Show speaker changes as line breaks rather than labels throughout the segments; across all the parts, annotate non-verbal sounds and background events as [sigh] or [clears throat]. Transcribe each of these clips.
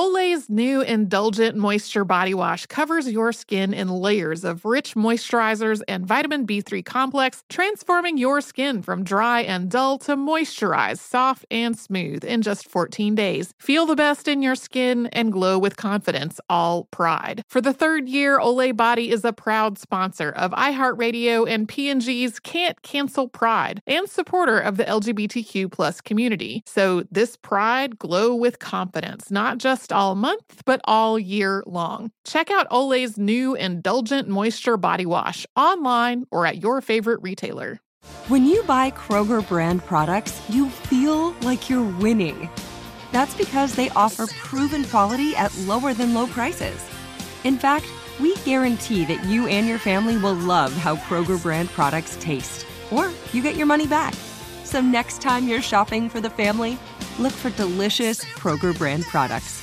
Olay's new Indulgent Moisture Body Wash covers your skin in layers of rich moisturizers and vitamin B3 complex, transforming your skin from dry and dull to moisturized, soft, and smooth in just 14 days. Feel the best in your skin and glow with confidence, all pride. For the third year, Olay Body is a proud sponsor of iHeartRadio and P&G's Can't Cancel Pride and supporter of the LGBTQ plus community. So this pride glow with confidence, not just all month, but all year long. Check out Olay's new Indulgent Moisture Body Wash online or at your favorite retailer.
When you buy Kroger brand products, you feel like you're winning. That's because they offer proven quality at lower than low prices. In fact, we guarantee that you and your family will love how Kroger brand products taste, or you get your money back. So next time you're shopping for the family, look for delicious Kroger brand products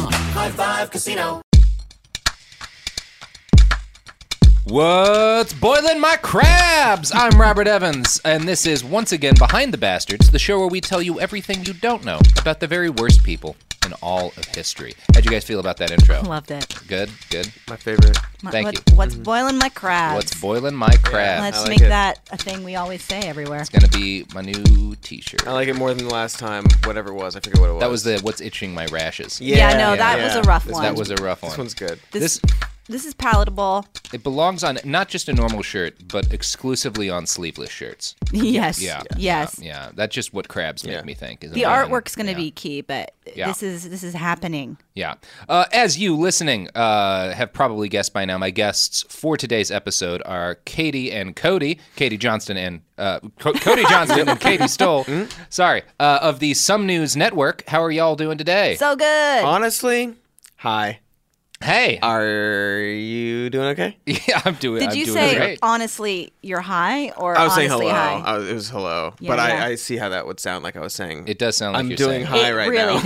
High Five Casino.
What's boiling my crabs? I'm Robert Evans, and this is once again Behind the Bastards, the show where we tell you everything you don't know about the very worst people in all of history. How'd you guys feel about that intro?
Loved it.
Good, good.
My favorite.
My-
Thank
what-
you. Mm-hmm.
What's boiling my crabs?
What's boiling my crab?
Let's
I like
make
it.
that a thing we always say everywhere.
It's gonna be my new T-shirt.
I like it more than the last time, whatever it was. I forget what it was.
That was the "What's Itching My Rashes."
Yeah, no, that
yeah.
was a rough one.
that was a rough one.
This one's good.
this,
this-
this is palatable. [laughs]
It belongs on not just a normal shirt, but exclusively on sleeveless shirts.
yes.
Yeah.
Yes.
Yeah, that's just what crabs make
Yeah.
me think. is
The
a man.
artwork's going to
Yeah.
be key, but
Yeah.
this is this is happening.
Yeah. Uh, as you listening uh, have probably guessed by now, my guests for today's episode are Katie and Cody, Katie Johnston and uh, Co- Cody Johnston and Katie
[laughs]
Stoll.
Hmm?
Sorry, uh, of the Some News Network. How are y'all doing today?
So good.
Honestly, hi.
hey, [laughs]
Are you doing okay?
yeah, I'm doing.
Did
I'm
you
doing
say
great.
honestly you're high or
I was saying
honestly
hello.
high?
I was, it was hello,
Yeah,
but
yeah.
I, I see how that would sound like I was saying.
It does sound like
I'm
you're saying-
doing high
it
right
really
[laughs] now.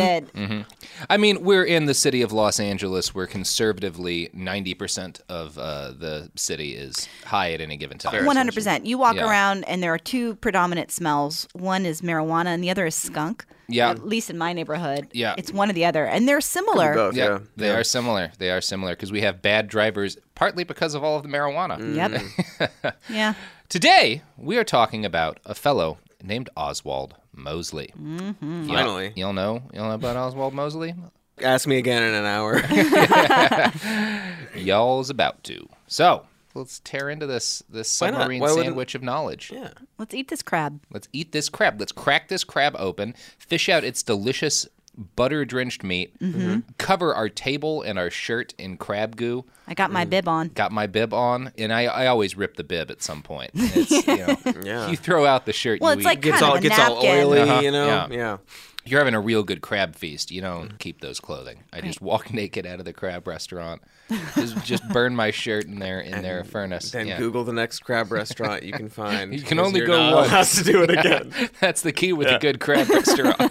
did.
I mean, we're in the city of Los Angeles, where conservatively 90% of uh, the city is high at any given time.
One hundred percent. You walk
Yeah.
around and there are two predominant smells. One is marijuana and the other is skunk.
Yeah.
At least in my neighborhood.
Yeah.
It's one or the other, and they're similar.
Both,
Yeah,
yeah.
they are similar. They are similar because we have bad drivers, partly because of all of the marijuana.
Yep.
Mm-hmm. Mm.
yeah.
[laughs] Today, we are talking about a fellow named Oswald Mosley.
Mm. Finally,
You'll know, you'll know about Oswald Mosley.
ask me again in an
[laughs]
hour.
Y'all's about to. So let's tear into this this
Why not?
submarine
Why wouldn't-
sandwich of knowledge.
Let's eat this crab.
Let's eat this crab. Let's crack this crab open, fish out its delicious butter drenched meat,
Mm-hmm.
cover our table and our shirt in crab goo.
I got my bib on.
Got my bib on, and I, I always rip the bib at
[laughs]
some point. It's, you, know,
Yeah.
you throw out the shirt.
Well,
you
it's
eat.
like
gets
kind
all
of a
gets all
napkin.
oily,
Uh-huh,
you know.
yeah.
Yeah.
you're having a real good crab feast. You don't keep those clothing. I just walk [laughs] naked out of the crab restaurant. Just, just burn my shirt in there in their furnace.
Then
Yeah.
Google the next crab restaurant
[laughs]
you can find.
You can
'cause
only
you're
go
not
once.
allowed to
[laughs]
do it again.
[laughs] That's the key with a good crab
[laughs]
restaurant.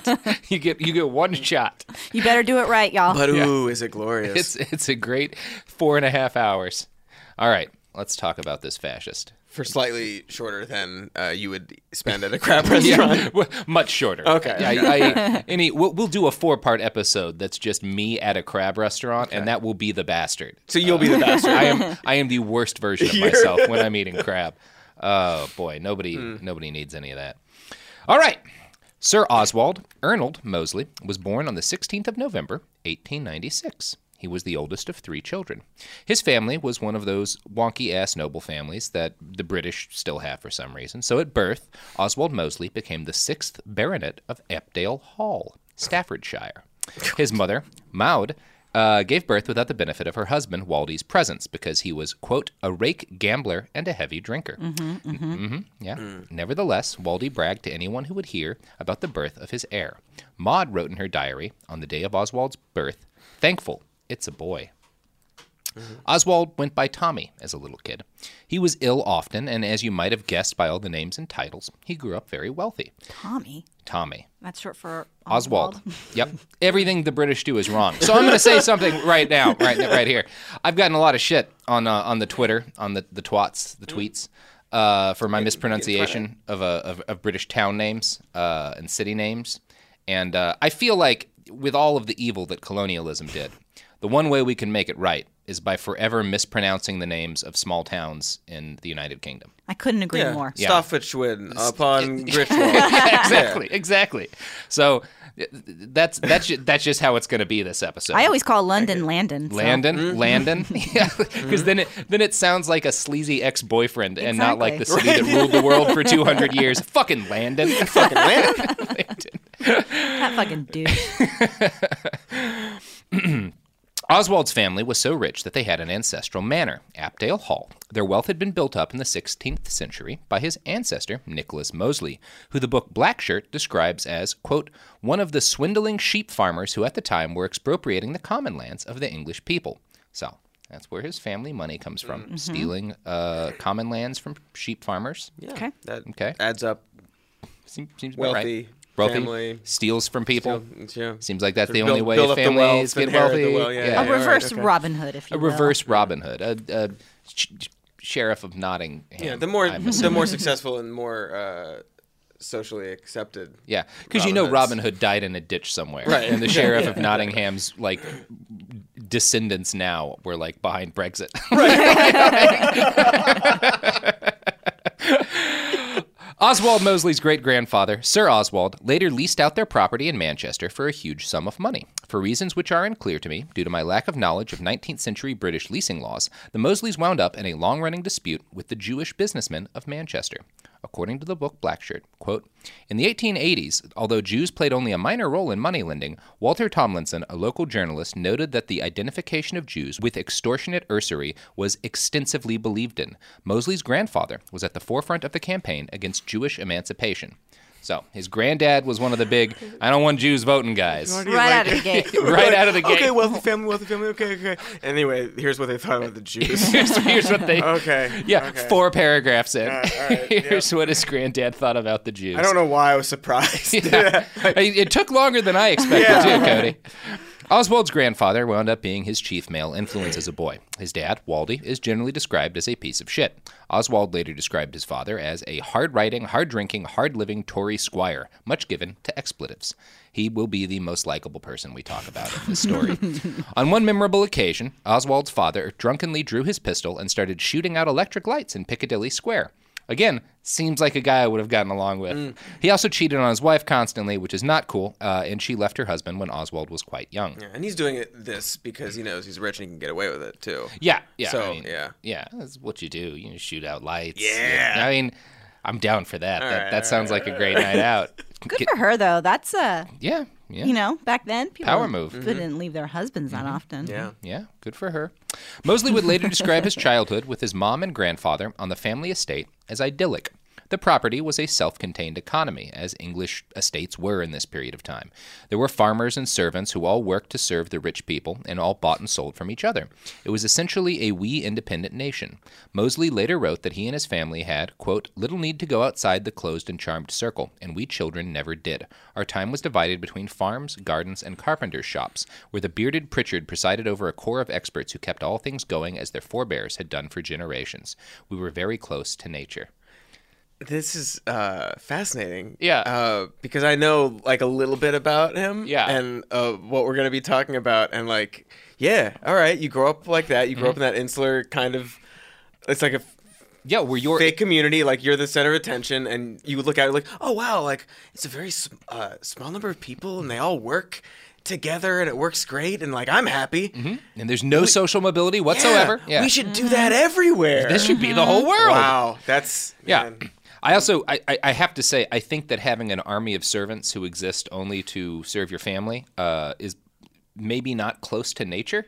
you get you get one shot.
You better do it right, y'all.
But ooh, is it glorious?
It's it's a great four and a half hours. All right. Let's talk about this fascist.
for slightly shorter than uh, you would
[laughs]
spend at a crab restaurant. [laughs]
W- Much shorter.
Okay.
I,
[laughs]
I, any, we'll, we'll do a four-part episode that's just me at a crab restaurant, and that will be the bastard. Uh,
So you'll be the bastard.
I am. I am the worst version
[laughs]
of myself when I'm eating crab. Oh boy, nobody,
Hmm.
nobody needs any of that. All right. Sir Oswald Arnold Mosley was born on the 16th of November, 1896. He was the oldest of three children. His family was one of those wonky ass noble families that the British still have for some reason. So at birth, Oswald Mosley became the sixth baronet of Epdale Hall, Staffordshire. His mother, Maud, uh, gave birth without the benefit of her husband, Waldy's presence, because he was, quote, a rake gambler and a heavy drinker. Yeah. Nevertheless, Waldy bragged to anyone who would hear about the birth of his heir. Maud wrote in her diary on the day of Oswald's birth, "Thankful it's a boy." Oswald went by Tommy as a little kid. He was ill often, and as you might have guessed by all the names and titles, he grew up very wealthy.
Tommy.
Tommy.
That's short for
Oswald. [laughs] yep. Everything the British do is wrong. So I'm going to say something right now, right right here. I've gotten a lot of shit on uh, on the Twitter, on the, the twats, the tweets, uh, for my mispronunciation of, uh, of of British town names uh, and city names, and uh, I feel like with all of the evil that colonialism did, the one way we can make it right is by forever mispronouncing the names of small towns in the United Kingdom.
I couldn't agree more.
Staffordshire uh,
[laughs]
upon
[laughs]
Griswold.
exactly, exactly. So th- th- that's that's ju- that's just how it's going to be this episode.
I always call London Landon. so- Mm-hmm.
Landon,
[laughs]
Landon, [laughs] yeah, because then it then it sounds like a sleazy ex boyfriend and not like the city that ruled the world for two hundred years.
[laughs]
Fucking Landon, fucking Landon.
That fucking
[laughs]
dude.
Oswald's family was so rich that they had an ancestral manor, Apdale Hall. Their wealth had been built up in the 16th century by his ancestor, Nicholas Mosley, who the book Blackshirt describes as, quote, one of the swindling sheep farmers who at the time were expropriating the common lands of the English people. So that's where his family money comes from, stealing uh, common lands from sheep farmers.
Okay.
That
Okay.
adds up.
Seems, seems about right.
Wealthy
Wealthy
family.
steals from people.
Yeah.
Seems like that's the
Build-
only way
build up the
families
wealth,
get
inherit the
wealthy.
wealth, yeah, yeah,
A
all right,
reverse
okay.
Robin Hood, if you
a
will.
reverse Robin Hood, a, a sh- sh- sheriff of Nottingham.
Yeah, the more
I'm
the
[laughs]
more successful and more uh, socially accepted.
yeah, because you
Robin
know
Hoods.
Robin Hood died in a ditch somewhere,
Right.
and the sheriff of Nottingham's like descendants now were like behind Brexit. [laughs] Oswald Mosley's great grandfather, Sir Oswald, later leased out their property in Manchester for a huge sum of money. For reasons which are unclear to me, due to my lack of knowledge of 19th century British leasing laws, the Mosleys wound up in a long running dispute with the Jewish businessmen of Manchester. According to the book Blackshirt, quote, In the 1880s, although Jews played only a minor role in money lending, Walter Tomlinson, a local journalist, noted that the identification of Jews with extortionate usury was extensively believed in. Mosley's grandfather was at the forefront of the campaign against Jewish emancipation. So his granddad was one of the big, I don't want Jews voting guys.
Right out of the gate.
Right out of the gate. [laughs]
Okay, wealthy family, wealthy family. Okay, okay. Anyway, here's what they thought about
[laughs]
the Jews.
here's, here's what they.
okay.
Yeah,
okay.
four paragraphs in. [laughs]
all right, yeah.
here's what his granddad thought about the Jews.
I don't know why I was
[laughs]
surprised.
Yeah. it it took longer than I expected, too, Cody. Oswald's grandfather wound up being his chief male influence as a boy. His dad, Waldy, is generally described as a piece of shit. Oswald later described his father as a hard riding, hard drinking, hard living Tory squire, much given to expletives. He will be the most likable person we talk about in this story. On one memorable occasion, Oswald's father drunkenly drew his pistol and started shooting out electric lights in Piccadilly Square. Again, seems like a guy I would have gotten along with. He also cheated on his wife constantly, which is not cool, uh, and she left her husband when Oswald was quite young.
[laughs] And he's doing it this because he knows he's rich and he can get away with it too.
Yeah, yeah.
So,
I mean,
yeah.
yeah. That's what you do. You shoot out lights.
Yeah.
I mean, I'm down for that. that
right,
that sounds like a great night out.
Good
Get-
for her, though. That's a,
yeah, yeah.
you know, back then people
Power move. Mm-hmm.
didn't leave their husbands that often.
Yeah.
Yeah, good for her. Mosley would later describe his childhood with his mom and grandfather on the family estate as idyllic. the property was a self contained economy, as English estates were in this period of time. There were farmers and servants who all worked to serve the rich people and all bought and sold from each other. It was essentially a we independent nation. Mosley later wrote that he and his family had, quote, little need to go outside the closed and charmed circle, and we children never did. Our time was divided between farms, gardens, and carpenter's shops, where the bearded Pritchard presided over a corps of experts who kept all things going as their forebears had done for generations. We were very close to nature.
This is uh, fascinating.
Yeah.
Uh, because I know like a little bit about him.
Yeah.
And uh, what we're gonna be talking about, and like, yeah, all right, you grow up like that. You grow up in
Mm-hmm.
that insular kind of. It's like a
Yeah, were your
fake community. Like you're the center of attention, and you look at it like, oh wow, like it's a very s- uh, small number of people, and they all work together, and it works great, and like I'm happy. Mm-hmm.
and there's no social mobility whatsoever. Yeah, Mm-hmm.
We should do that everywhere.
This should be the whole world.
Wow, that's
Yeah.
man.
I also I, I- I have to say I think that having an army of servants who exist only to serve your family uh, is maybe not close to nature.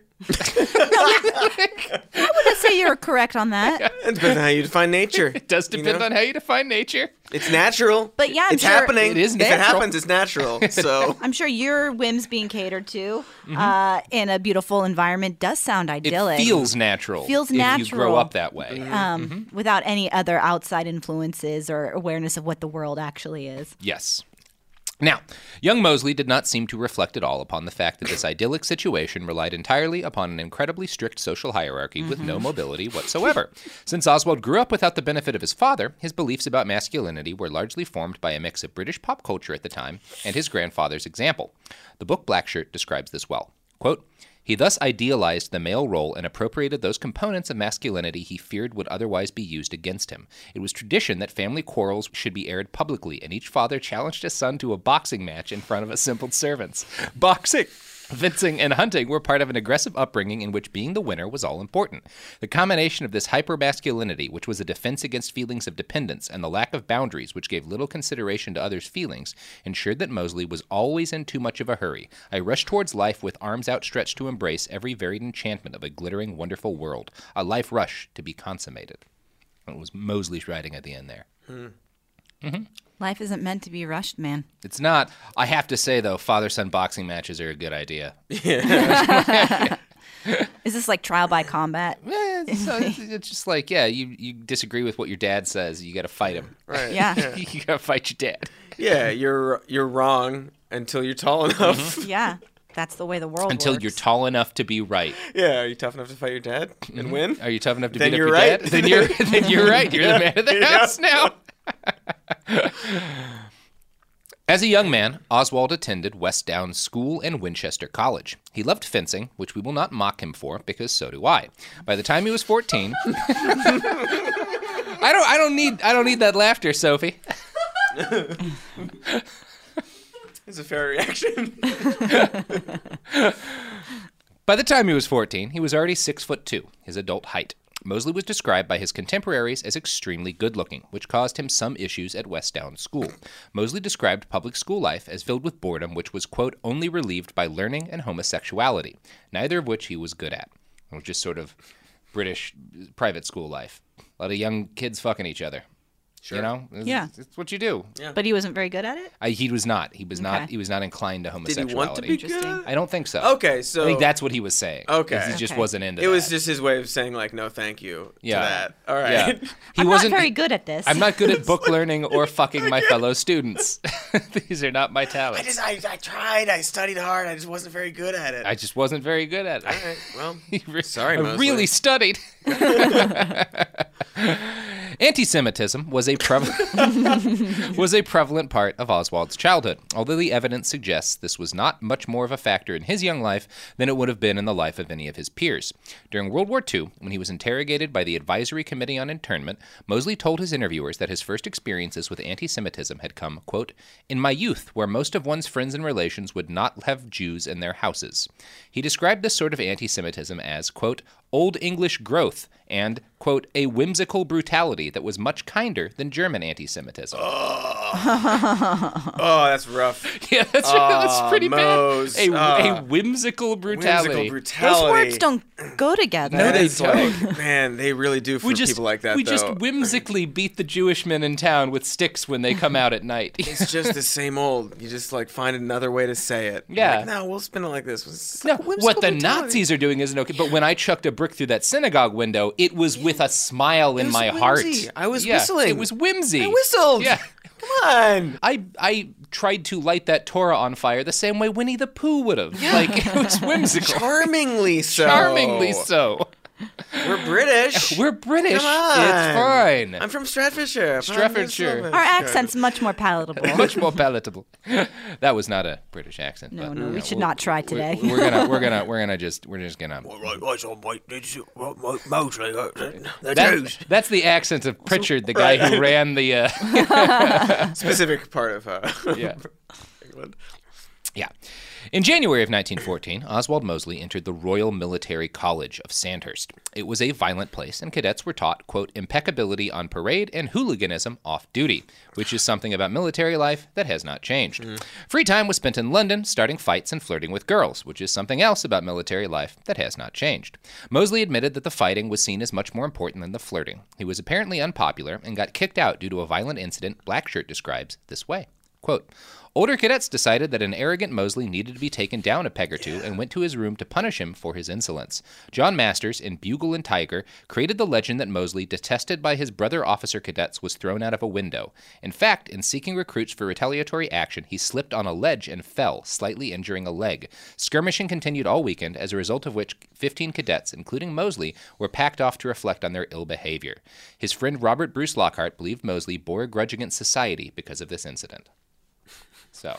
Let's say you're correct on
[laughs]
that.
It depends on how you define nature.
It does depend on how you define nature.
It's natural.
But yeah, I'm
it's
sure-
happening.
It is
If it
natural.
happens, it's natural.
[laughs]
So
I'm sure your whims being catered to uh, in a beautiful environment does sound
Mm-hmm. It
idyllic.
feels natural.
Feels
if You grow
natural.
up that way.
um,
Mm-hmm.
without any other outside influences or awareness of what the world actually is.
Yes. Now, young Mosley did not seem to reflect at all upon the fact that this idyllic situation relied entirely upon an incredibly strict social hierarchy with no mobility whatsoever. Since Oswald grew up without the benefit of his father, his beliefs about masculinity were largely formed by a mix of British pop culture at the time and his grandfather's example. The book Blackshirt describes this well. Quote, he thus idealized the male role and appropriated those components of masculinity he feared would otherwise be used against him. It was tradition that family quarrels should be aired publicly, and each father challenged his son to a boxing match in front of assembled servants. Boxing! Fencing and hunting were part of an aggressive upbringing in which being the winner was all important. The combination of this hypermasculinity, which was a defense against feelings of dependence, and the lack of boundaries, which gave little consideration to others' feelings, ensured that Mosley was always in too much of a hurry. I rushed towards life with arms outstretched to embrace every varied enchantment of a glittering, wonderful world, a life rush to be consummated. It was Mosley's writing at the end there.
Life isn't meant to be rushed, man.
It's not. I have to say though, father-son boxing matches are a good idea.
Is this like trial by
[laughs]
combat?
Eh, so it's, it's just like yeah, you, you disagree with what your dad says, you got to fight him.
right.
Yeah.
[laughs] you got to fight your dad.
Yeah, you're you're wrong until you're tall
Mm-hmm.
enough. [laughs]
Yeah. That's the way the world
Until
works.
you're tall enough to be right.
Yeah, are you tough enough to fight your dad and win?
Mm-hmm. Are you tough enough to
Then
beat
you're
up your
right.
dad? Then you're [laughs] then you're right. You're the man of
[laughs]
the house now. [laughs] As a young man, Oswald attended West Downs School and Winchester College. He loved fencing, which we will not mock him for because so do I. By the time he was 14, I don't [laughs] I don't need I don't need that laughter, Sophie.
It's a
[laughs]
fair reaction.
By the time he was 14, he was already 6 foot 2, his adult height. Mosley was described by his contemporaries as extremely good looking, which caused him some issues at West Down School. Mosley described public school life as filled with boredom, which was, quote, only relieved by learning and homosexuality, neither of which he was good at. It was just sort of British private school life. A lot of young kids fucking each other. Sure. You know? It's-
Yeah.
It's what you do.
But he wasn't very good at it?
I, he was not. He was not.
Okay.
He was not inclined to
Did he
homosexuality.
want to be
Interesting.
good?
I don't think so.
Okay, so
I think that's what he was saying.
Okay.
is he just
Okay.
wasn't into
it was
that.
just his way of saying like no, thank you
Yeah.
to that. All [laughs] right.
Yeah. He
I'm
wasn't
not very good at this.
I'm not good
[laughs]
at book learning or fucking my fellow students. [laughs] These are not my
I
talents.
just I, I tried. I studied hard. I just wasn't very good at it.
I just wasn't very good at it.
All right.
[laughs] Sorry,
Well, [laughs] Sorry,
I
Mosley.
really
[laughs]
studied. [laughs] Anti-Semitism was a prevalent was a prevalent part of Oswald's childhood, although the evidence suggests this was not much more of a factor in his young life than it would have been in the life of any of his peers. During World War II, when he was interrogated by the Advisory Committee on Internment, Mosley told his interviewers that his first experiences with anti-Semitism had come, quote, in my youth, where most of one's friends and relations would not have Jews in their houses. He described this sort of anti-Semitism as, quote, old English growth and, quote, a whimsical brutality that was much kinder than German anti Semitism.
Oh, that's rough.
Yeah, that's, that's pretty
Moe's,
bad. A,
uh,
a whimsical
Ah,
[laughs]
Whimsical
brutality.
Those
brutality.
words don't go
[laughs]
together.
No,
That
they
is like, man, they really do for
we just
people like that.
we
though.
just whimsically beat the Jewish men in town with sticks when they come out at night. [laughs]
[laughs] It's just the same old. You just like find another way to say it. You're
Yeah.
Like, no, we'll spin it like this. It's
No,
like whimsical
what the
brutality.
Nazis are doing isn't okay. But when I chucked a brick through that synagogue window, it was with a smile in
was
my
whimsy.
heart.
I was
Yeah,
whistling.
It was whimsy.
I whistled.
Yeah. [laughs]
Come on.
I I tried to light that Torah on fire the same way Winnie the Pooh would have. Like it was whimsical, [laughs]
[laughs] Charmingly so.
charmingly so.
We're
[laughs]
British.
We're British.
Come on.
It's fine.
I'm from Stratfordshire.
Stratfordshire.
Our accent's much more
[laughs]
palatable.
much more palatable. [laughs] that was not a British accent.
No,
but,
no,
you
we
know,
should
we'll-
not try
we-
today.
We're gonna, we're gonna, we're gonna just, we're just gonna.
Right, right on, mate. It's, uh, mo- mostly, uh, the
That, [laughs]
Jews.
that's the accent of Pritchard, the guy who ran the. Uh, [laughs]
Specific part of uh, [laughs]
yeah.
England.
Yeah. In January of 1914, Oswald Mosley entered the Royal Military College of Sandhurst. It was a violent place, and cadets were taught, quote, impeccability on parade and hooliganism off duty, which is something about military life that has not changed. Free time was spent in London, starting fights and flirting with girls, which is something else about military life that has not changed. Mosley admitted that the fighting was seen as much more important than the flirting. He was apparently unpopular and got kicked out due to a violent incident Blackshirt describes this way. Quote, Older cadets decided that an arrogant Mosley needed to be taken down a peg or two and went to his room to punish him for his insolence. John Masters, in Bugle and Tiger, created the legend that Mosley, detested by his brother officer cadets, was thrown out of a window. In fact, in seeking recruits for retaliatory action, he slipped on a ledge and fell, slightly injuring a leg. Skirmishing continued all weekend, as a result of which 15 cadets, including Mosley, were packed off to reflect on their ill behavior. His friend Robert Bruce Lockhart believed Mosley bore a grudge against society because of this incident. So,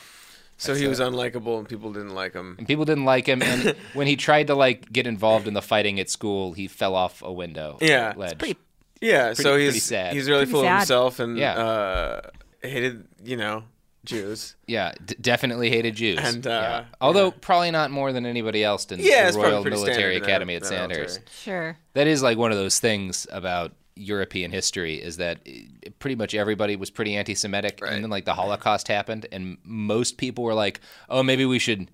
So he
uh,
was unlikable and people didn't like him.
and people didn't like him.
[laughs]
And when he tried to like get involved in the fighting at school, he fell off a window.
Yeah. It's
ledge.
pretty-
Yeah, so
pretty
he's
sad.
he's really
Pretty
full
sad.
of himself and
Yeah.
uh, hated, you know, Jews.
yeah, d- definitely hated Jews.
And, uh,
yeah. although probably not more than anybody else in
Yeah,
the
it's probably
Royal
pretty
Military
standard in
Academy
our-
at
in our
Sandhurst.
military.
[laughs] Sure.
That is like one of those things about European history is that eh, pretty much everybody was pretty anti-Semitic, and then like the Holocaust happened, and most people were like, "Oh, maybe we should."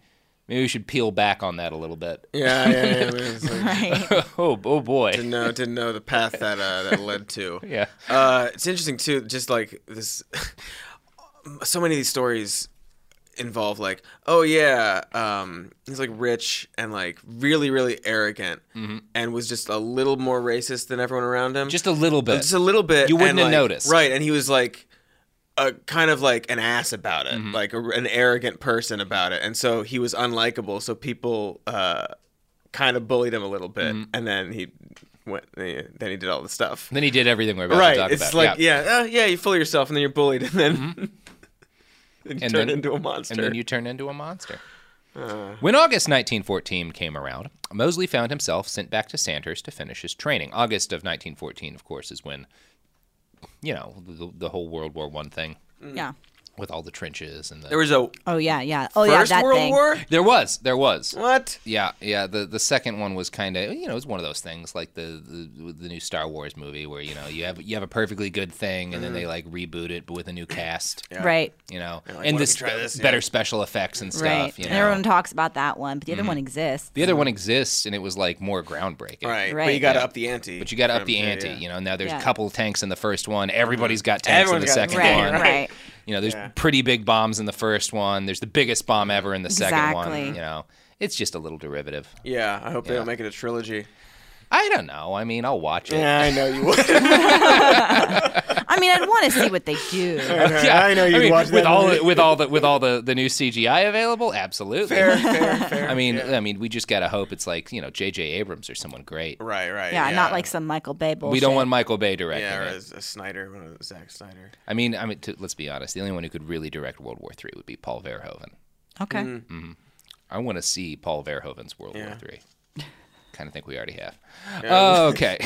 Maybe we should peel back on that a little bit. [laughs]
Yeah, yeah, yeah. it was like-
Right.
oh, oh boy.
didn't know didn't know the path that uh, that led to.
Yeah.
Uh, it's interesting too. Just like this, [laughs] so many of these stories involve like, oh yeah, um, he's like rich and like really really arrogant, and was just a little more racist than everyone around him.
Just a little bit.
Just a little bit.
You wouldn't
and,
have
like-
noticed.
right? And he was like. A kind of like an ass about it,
Mm-hmm.
like a, an arrogant person about it, and so he was unlikable. So people uh, kind of bullied him a little bit,
Mm-hmm.
and then he went. Then he did all the stuff.
Then he did everything we're about
right.
to talk
it's
about. Mm-hmm.
like yeah, yeah, uh, yeah. You fool yourself, and then you're bullied, [laughs] and then then you
And
turn
then-
into a monster.
and then you turn into a monster.
Uh.
When August 1914 came around, Mosley found himself sent back to Sandhurst to finish his training. August of 1914, of course, is when, you know, the, the whole World War One thing
Yeah.
with all the trenches and the.
there was a
Oh yeah, yeah. Oh yeah,
first
that
World
thing.
War.
there was, there was.
What?
Yeah, yeah. The the second one was kind of you know it's one of those things like the, the the new Star Wars movie where you know you have you have a perfectly good thing and then
Mm-hmm.
they like reboot it but with a new cast.
Right.
You know,
like,
and
why don't
this,
we try this?
better
Yeah.
special effects and stuff.
right.
You know? Mm-hmm.
And everyone talks about that one, but the other one exists.
The other one exists, and it was like more groundbreaking.
Right. But
Right.
you got to up the ante.
But you got to up
from
the
there,
ante.
yeah. Mm-hmm.
You know, now there's
Yeah.
a couple tanks in the first one. Everybody's got tanks in the
Everyone's
second
got-
Right,
one.
right.
You know, there's pretty big bombs in the first one. There's the biggest bomb ever in the second one.
Exactly.
You know, it's just a little derivative.
Yeah, I hope they don't make it a trilogy.
I don't know. I mean, I'll watch it.
Yeah, I know you [laughs] would.
I mean, I'd want to see what they do.
[laughs]
[laughs]
Yeah,
I know
I
you'd
mean,
watch
with
that
all
movie.
the, with all the with all the, the new CGI available. Absolutely. [laughs] I mean, I mean, we just gotta hope it's like you know J.J. Abrams or someone great.
Right, right.
Yeah, not like some Michael Bay bullshit.
We don't want Michael Bay directing
Yeah, or
it.
a, a Snyder, one of the Zack Snyder.
I mean, I mean, to, let's be honest. The only one who could really direct World War III would be Paul Verhoeven. Mm-hmm.
Okay.
I want to see Paul Verhoeven's World War III. Kind of think we already have. Okay.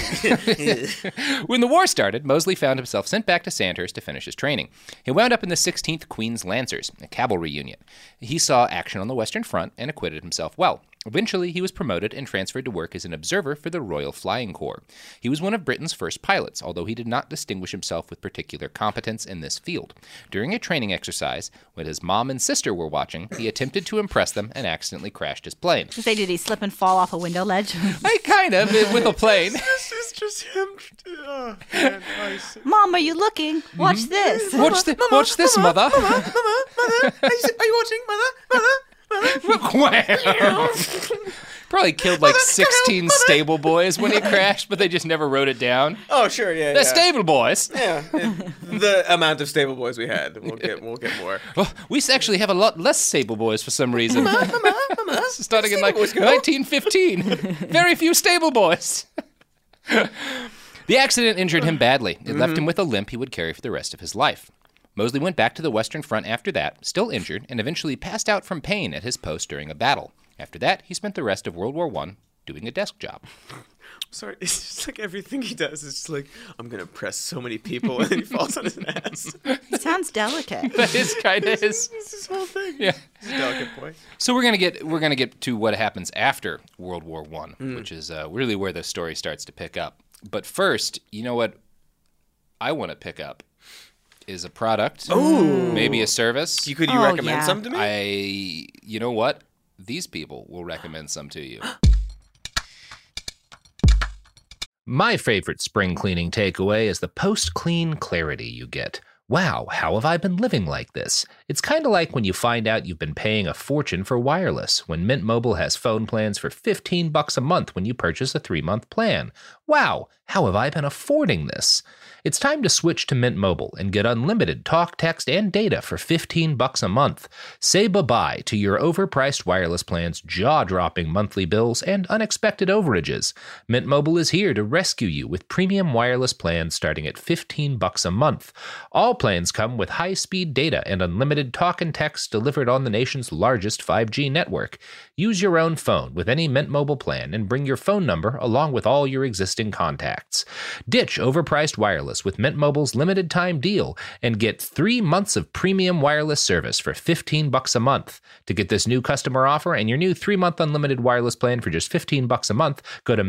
when the war started, Mosley found himself sent back to Sandhurst to finish his training. He wound up in the 16th Queen's Lancers, a cavalry unit. He saw action on the Western Front and acquitted himself well. Eventually, he was promoted and transferred to work as an observer for the Royal Flying Corps. He was one of Britain's first pilots, although he did not distinguish himself with particular competence in this field. During a training exercise, when his mom and sister were watching, he attempted to impress them and accidentally crashed his
[laughs]
plane.
Say, did he slip and fall off a window ledge? [laughs]
I kind of, with a
[laughs]
plane.
This is just him. Oh, man, I see.
Mom, are you looking?
Mm-hmm.
Watch
[laughs]
this.
Watch, the, watch this, mother.
Mama, mother, are you, are you watching? Mother, mother, mother.
[laughs] Probably killed like 16 stable boys
[laughs]
when he crashed, but they just never wrote it down.
[laughs] Oh, sure, yeah,
They're
yeah.
stable boys.
yeah. it- the amount of stable boys we had. We'll get, we'll get more.
Oh, we actually have a lot less stable boys for some reason. [laughs] Starting in like
Stable Boys go.
1915. Very few stable boys. [laughs] the accident injured him badly. It left him with a limp he would carry for the rest of his life. Mosley went back to the Western Front after that, still injured, and eventually passed out from pain at his post during a battle. After that, he spent the rest of World War I doing a desk job.
Sorry, it's just like everything he does is just like I'm gonna press so many people, and he falls on his ass.
It sounds delicate.
[laughs] That is kind of his.
It's his whole thing.
Yeah.
He's a delicate boy.
So we're gonna get we're gonna get to what happens after World War One, which is uh, really where the story starts to pick up. But first, you know what I want to pick up is a product, Ooh. maybe a service.
You could you
Oh,
recommend
yeah.
some to me?
I, you know what? These people will recommend some to you. My favorite spring cleaning takeaway is the post clean clarity you get. Wow, how have I been living like this? It's kind of like when you find out you've been paying a fortune for wireless when Mint Mobile has phone plans for 15 bucks a month when you purchase a 3-month plan. Wow, how have I been affording this? It's time to switch to Mint Mobile and get unlimited talk, text, and data for 15 bucks a month. Say bye-bye to your overpriced wireless plans, jaw-dropping monthly bills, and unexpected overages. Mint Mobile is here to rescue you with premium wireless plans starting at 15 bucks a month. All plans come with high-speed data and unlimited talk and text delivered on the nation's largest 5G network. Use your own phone with any Mint Mobile plan and bring your phone number along with all your existing contacts. Ditch overpriced wireless with Mint Mobile's limited time deal and get 3 months of premium wireless service for 15 bucks a month. To get this new customer offer and your new 3-month unlimited wireless plan for just 15 bucks a month, go to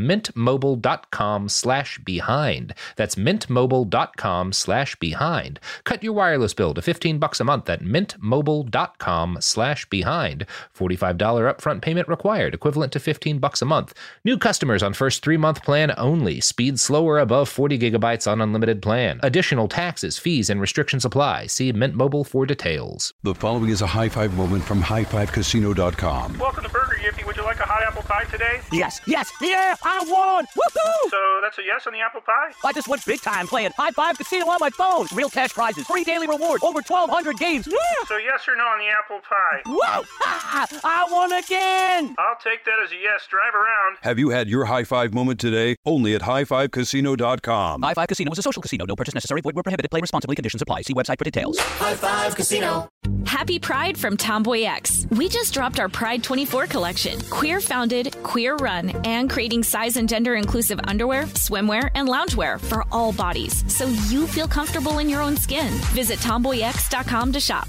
mintmobile.com/behind. That's mintmobile.com/behind. Cut your wireless bill to 15 bucks a month at mintmobile.com/behind. $45 upfront payment required, equivalent to 15 bucks a month. New customers on first 3-month plan only. Speed slower above 40 gigabytes on unlimited plan. Additional taxes, fees and restrictions apply. See Mint Mobile for details.
The following is a high five moment from highfivecasino.com.
Welcome to Burger Yippee. Would you like a hot apple pie today?
Yes, yes, yeah, I won! Woohoo!
So that's a yes on the apple pie?
I just went big time playing High Five Casino on my phone. Real cash prizes, free daily rewards, over 1,200 games. Yeah!
So yes or no on the apple pie?
Whoa! Ah, [laughs] I won again!
I'll take that as a yes. Drive around.
Have you had your high five moment today? Only at highfivecasino.com.
High Five Casino is a social casino. No purchase necessary. Void where prohibited. Play responsibly. Conditions apply. See website for details.
High Five Casino.
Happy Pride from Tomboy X. We just dropped our Pride 24 collection. Queer founded, [laughs] queer run, and creating size and gender inclusive underwear, swimwear, and loungewear for all bodies so you feel comfortable in your own skin. Visit tomboyx.com to shop.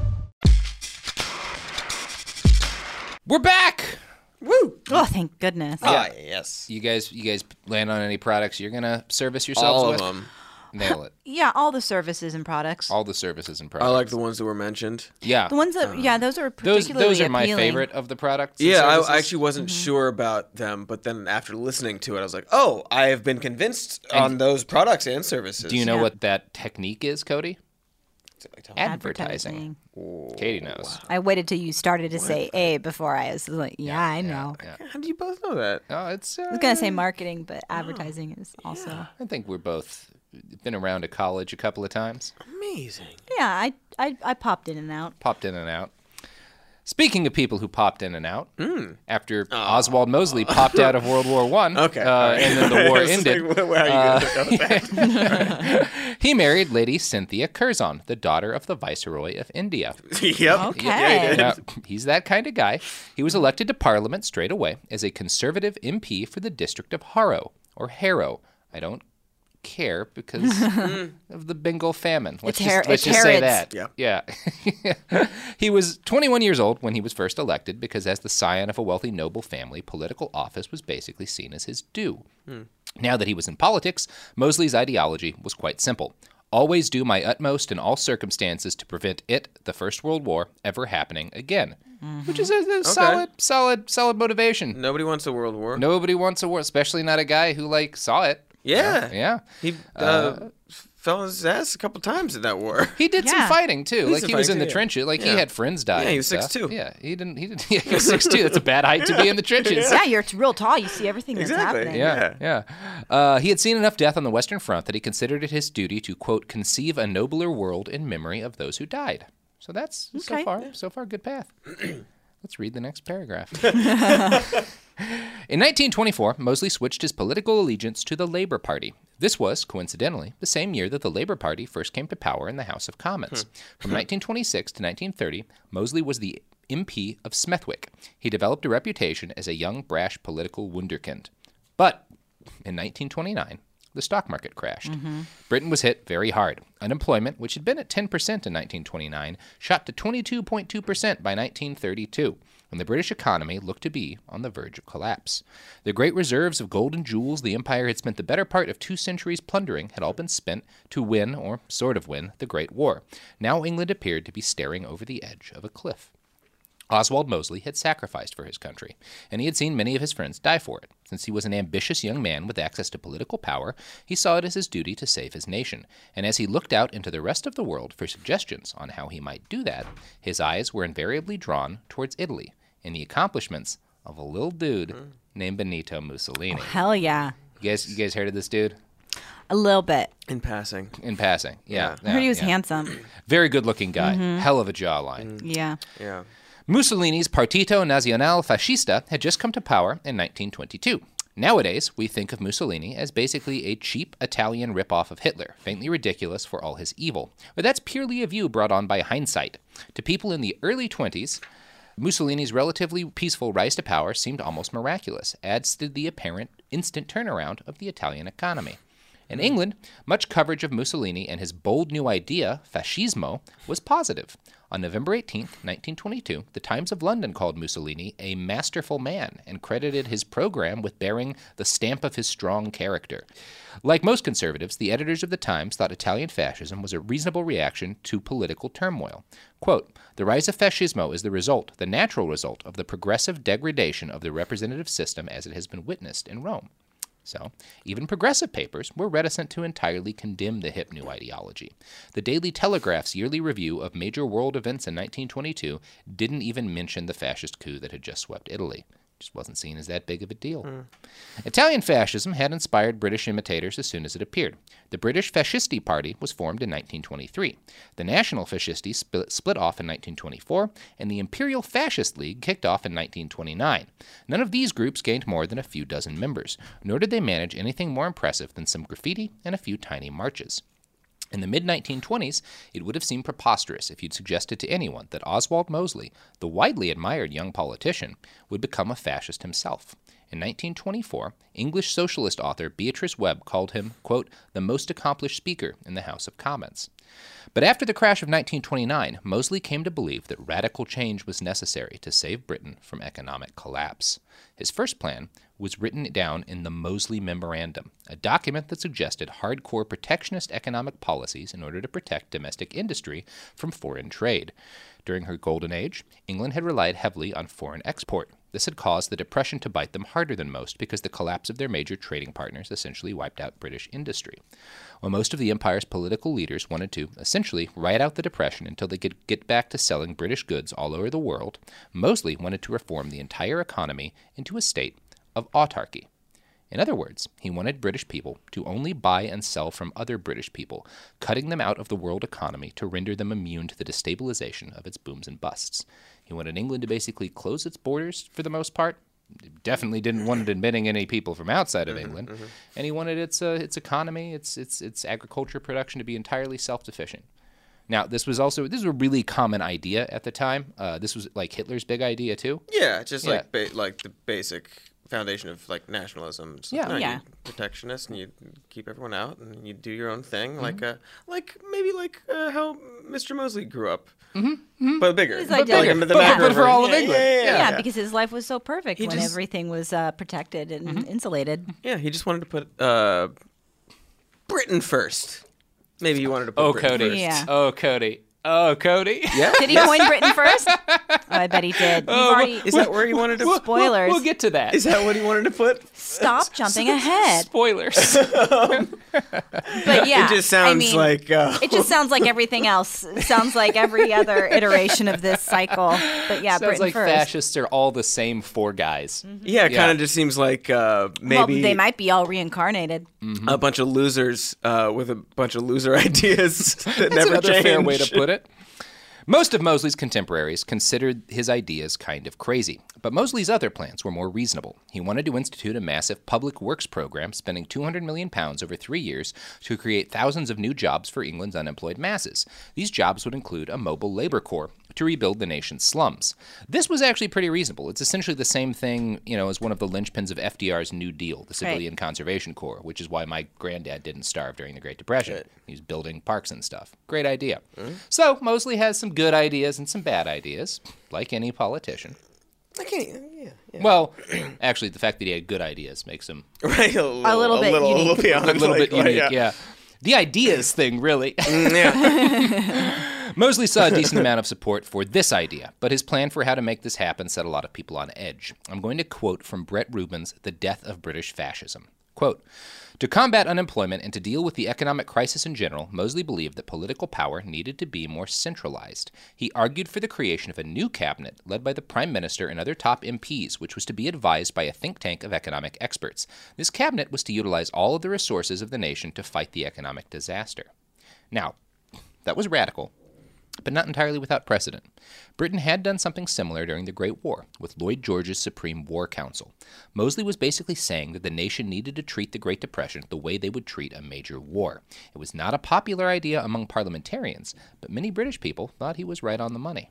We're back.
Oh, thank goodness.
Uh,
Ah, yes.
You guys you guys land on any products you're going to service yourselves
All of
with?
them.
Nail it.
Yeah, all the services and products.
All the services and products.
I like the ones that were mentioned.
Yeah.
the ones that, yeah, those are
uh, those
particularly
those are my
appealing.
favorite of the products. and
Yeah, I-
services.
I actually wasn't sure about them, but then after listening to it, I was like, oh, I have been convinced on those products and services.
Do you know what that technique is, Cody?
Advertising.
Katie knows.
I waited till you started to say A before I was like, yeah, I know.
How do you both know that?
Oh, it's. Uh,
I was going to say marketing, but advertising is also. Yeah,
I think we're both been around to college a couple of times, [laughs]
Amazing.
I, I, I popped in and out.
popped in and out. Speaking of people who popped in and out,
Hmm.
after Oswald Mosley popped out of World War
[laughs]
One, okay, and then the war
I was like,
ended.
"Wha- how
uh,
are you
he married Lady Cynthia Curzon, the daughter of the Viceroy of India.
[laughs] Yep. Okay. Yeah, he did.
he's that kind of guy. He was elected to Parliament straight away as a Conservative MP for the district of Harrow or Harrow. I don't care
[laughs]
because of the Bengal famine. Let's
Hmm. It's
just,
Har-
let's
it's
just say that.
Harrods.
Yeah. [laughs] he was 21 years old when he was first elected because, as the scion of a wealthy noble family, political office was basically seen as his due. Now that he was in politics, Mosley's ideology was quite simple. Always do my utmost in all circumstances to prevent it, the First World War, ever happening again. Which is a, a solid, solid, solid motivation.
Nobody wants a world war.
Nobody wants a war, especially not a guy who like saw it.
Yeah.
yeah.
He uh,
Uh,
fell on his ass a couple times in that war.
He did some fighting too. like he was in the trenches. Like
Yeah.
he had friends die.
Yeah, he
and
was six
stuff.
two.
Yeah, he didn't. He didn't. [laughs] Yeah, he was six two. That's a bad height to be in the trenches.
Yeah, you're real tall. You see everything that's happening.
Yeah, yeah. Uh, he had seen enough death on the Western Front that he considered it his duty to quote conceive a nobler world in memory of those who died. So that's so
Okay.
far, so far, good path. Let's read the next paragraph. [laughs] In 1924, Mosley switched his political allegiance to the Labour Party. This was, coincidentally, the same year that the Labour Party first came to power in the House of Commons. From 1926 to 1930, Mosley was the MP of Smethwick. He developed a reputation as a young, brash political wunderkind. But in 1929, the stock market crashed.
Mhm.
Britain was hit very hard. Unemployment, which had been at 10% in 1929, shot to 22.2% by 1932, and the British economy looked to be on the verge of collapse. The great reserves of gold and jewels the empire had spent the better part of two centuries plundering had all been spent to win, or sort of win, the Great War. Now England appeared to be staring over the edge of a cliff. Oswald Mosley had sacrificed for his country, and he had seen many of his friends die for it. Since he was an ambitious young man with access to political power, he saw it as his duty to save his nation. And as he looked out into the rest of the world for suggestions on how he might do that, his eyes were invariably drawn towards Italy and the accomplishments of a little dude named Benito Mussolini.
Hell yeah.
You guys, you guys heard of this dude?
A little bit.
In passing.
In passing, yeah.
I heard he was
yeah. [clears throat]
handsome.
Very good-looking guy.
Mhm.
Hell of a jawline.
Yeah.
Yeah.
Mussolini's Partito Nazionale Fascista had just come to power in 1922. Nowadays, we think of Mussolini as basically a cheap Italian ripoff of Hitler, faintly ridiculous for all his evil. But that's purely a view brought on by hindsight. To people in the early 20s, Mussolini's relatively peaceful rise to power seemed almost miraculous, adds to the apparent instant turnaround of the Italian economy. In England, much coverage of Mussolini and his bold new idea, fascismo, was positive. On November 18, 1922, the Times of London called Mussolini a masterful man and credited his program with bearing the stamp of his strong character. Like most conservatives, the editors of the Times thought Italian fascism was a reasonable reaction to political turmoil. Quote, the rise of fascismo is the result, the natural result, of the progressive degradation of the representative system as it has been witnessed in Rome. So, even progressive papers were reticent to entirely condemn the hip new ideology. The Daily Telegraph's yearly review of major world events in 1922 didn't even mention the fascist coup that had just swept Italy. Just wasn't seen as that big of a deal. Italian fascism had inspired British imitators as soon as it appeared. The British Fascisti Party was formed in 1923. The National Fascisti split, split off in 1924, and the Imperial Fascist League kicked off in 1929. None of these groups gained more than a few dozen members, nor did they manage anything more impressive than some graffiti and a few tiny marches. In the mid 1920s, it would have seemed preposterous if you'd suggested to anyone that Oswald Mosley, the widely admired young politician, would become a fascist himself. In 1924, English socialist author Beatrice Webb called him, quote, the most accomplished speaker in the House of Commons. But after the crash of 1929, Mosley came to believe that radical change was necessary to save Britain from economic collapse. His first plan was written down in the Mosley Memorandum, a document that suggested hardcore protectionist economic policies in order to protect domestic industry from foreign trade. During her golden age, England had relied heavily on foreign export. This had caused the Depression to bite them harder than most because the collapse of their major trading partners essentially wiped out British industry. While most of the empire's political leaders wanted to essentially ride out the Depression until they could get back to selling British goods all over the world, Mosley wanted to reform the entire economy into a state of autarky. In other words, he wanted British people to only buy and sell from other British people, cutting them out of the world economy to render them immune to the destabilization of its booms and busts. He He wanted England to basically close its borders for the most part. Definitely didn't want it admitting any people from outside of England, and he wanted its uh, its economy, its its its agriculture production to be entirely self sufficient. Now, this was also this was a really common idea at the time. Uh, this was like Hitler's big idea too.
Yeah, just
Yeah.
like ba- like the basic foundation of like nationalism. It's like,
Yeah.
no,
Yeah.
you protectionist, and you keep everyone out, and you do your own thing, like
Mhm.
uh, like maybe like uh, how Mr. Mosley grew up,
Mhm,
but bigger,
His
but,
idea-
bigger. the
But-
macro
but for
version.
all of
Yeah,
England.
Yeah, yeah, yeah.
because his life was so perfect
He
when
just- Mm-hmm.
everything was uh, protected and insulated.
Yeah, he just wanted to put uh, Britain first. Maybe he wanted to put
Oh,
Britain
Cody.
first.
Yeah.
Oh, Cody. Oh, Cody.
Yeah.
Did he coin Britain
[laughs]
first? Oh, I bet he did. You've
Oh,
already-
is that where he wanted
[laughs]
to?
Spoilers.
[laughs] We'll get to that.
Is that what he wanted to put? [laughs]
Stop jumping ahead.
Spoilers.
But yeah,
it just
I
sounds
mean,
like uh,
It just sounds like everything else. It sounds like every
[laughs]
other iteration of this cycle. But yeah,
Sounds
Britain
like
first.
fascists are all the same four guys.
yeah, it kind of just seems like uh,
Well,
maybe
they might be all reincarnated.
a bunch of losers uh, with a bunch of loser [laughs] ideas that
That's
never
another
change.
fair way to
[laughs]
put it. Most of Mosley's contemporaries considered his ideas kind of crazy, but Mosley's other plans were more reasonable. He wanted to institute a massive public works program spending 200 million pounds over 3 years to create thousands of new jobs for England's unemployed masses. These jobs would include a mobile labor corps to rebuild the nation's slums. This was actually pretty reasonable. It's essentially the same thing, you know, as one of the linchpins of FDR's New Deal, the
Right.
Civilian Conservation Corps, which is why my granddad didn't starve during the Great Depression. He was building parks and stuff. Great idea.
Mm-hmm.
So Mosley has some good ideas and some bad ideas, like any politician.
I can't. Yeah, yeah.
Well, [clears throat] actually, the fact that he had good ideas makes him
Right, a little-
little bit unique.
a little,
[laughs] beyond, like,
bit
like,
unique.
yeah.
Yeah. the ideas thing really. [laughs] Mosley saw a decent amount of support for this idea, but his plan for how to make this happen set a lot of people on edge. I'm going to quote from Brett Rubin's The Death of British Fascism. Quote, to combat unemployment and to deal with the economic crisis in general, Mosley believed that political power needed to be more centralized. He argued for the creation of a new cabinet led by the Prime Minister and other top MPs, which was to be advised by a think tank of economic experts. This cabinet was to utilize all of the resources of the nation to fight the economic disaster. Now, that was radical, but not entirely without precedent. Britain had done something similar during the Great War, with Lloyd George's Supreme War Council. Mosley was basically saying that the nation needed to treat the Great Depression the way they would treat a major war. It was not a popular idea among parliamentarians, but many British people thought he was right on the money.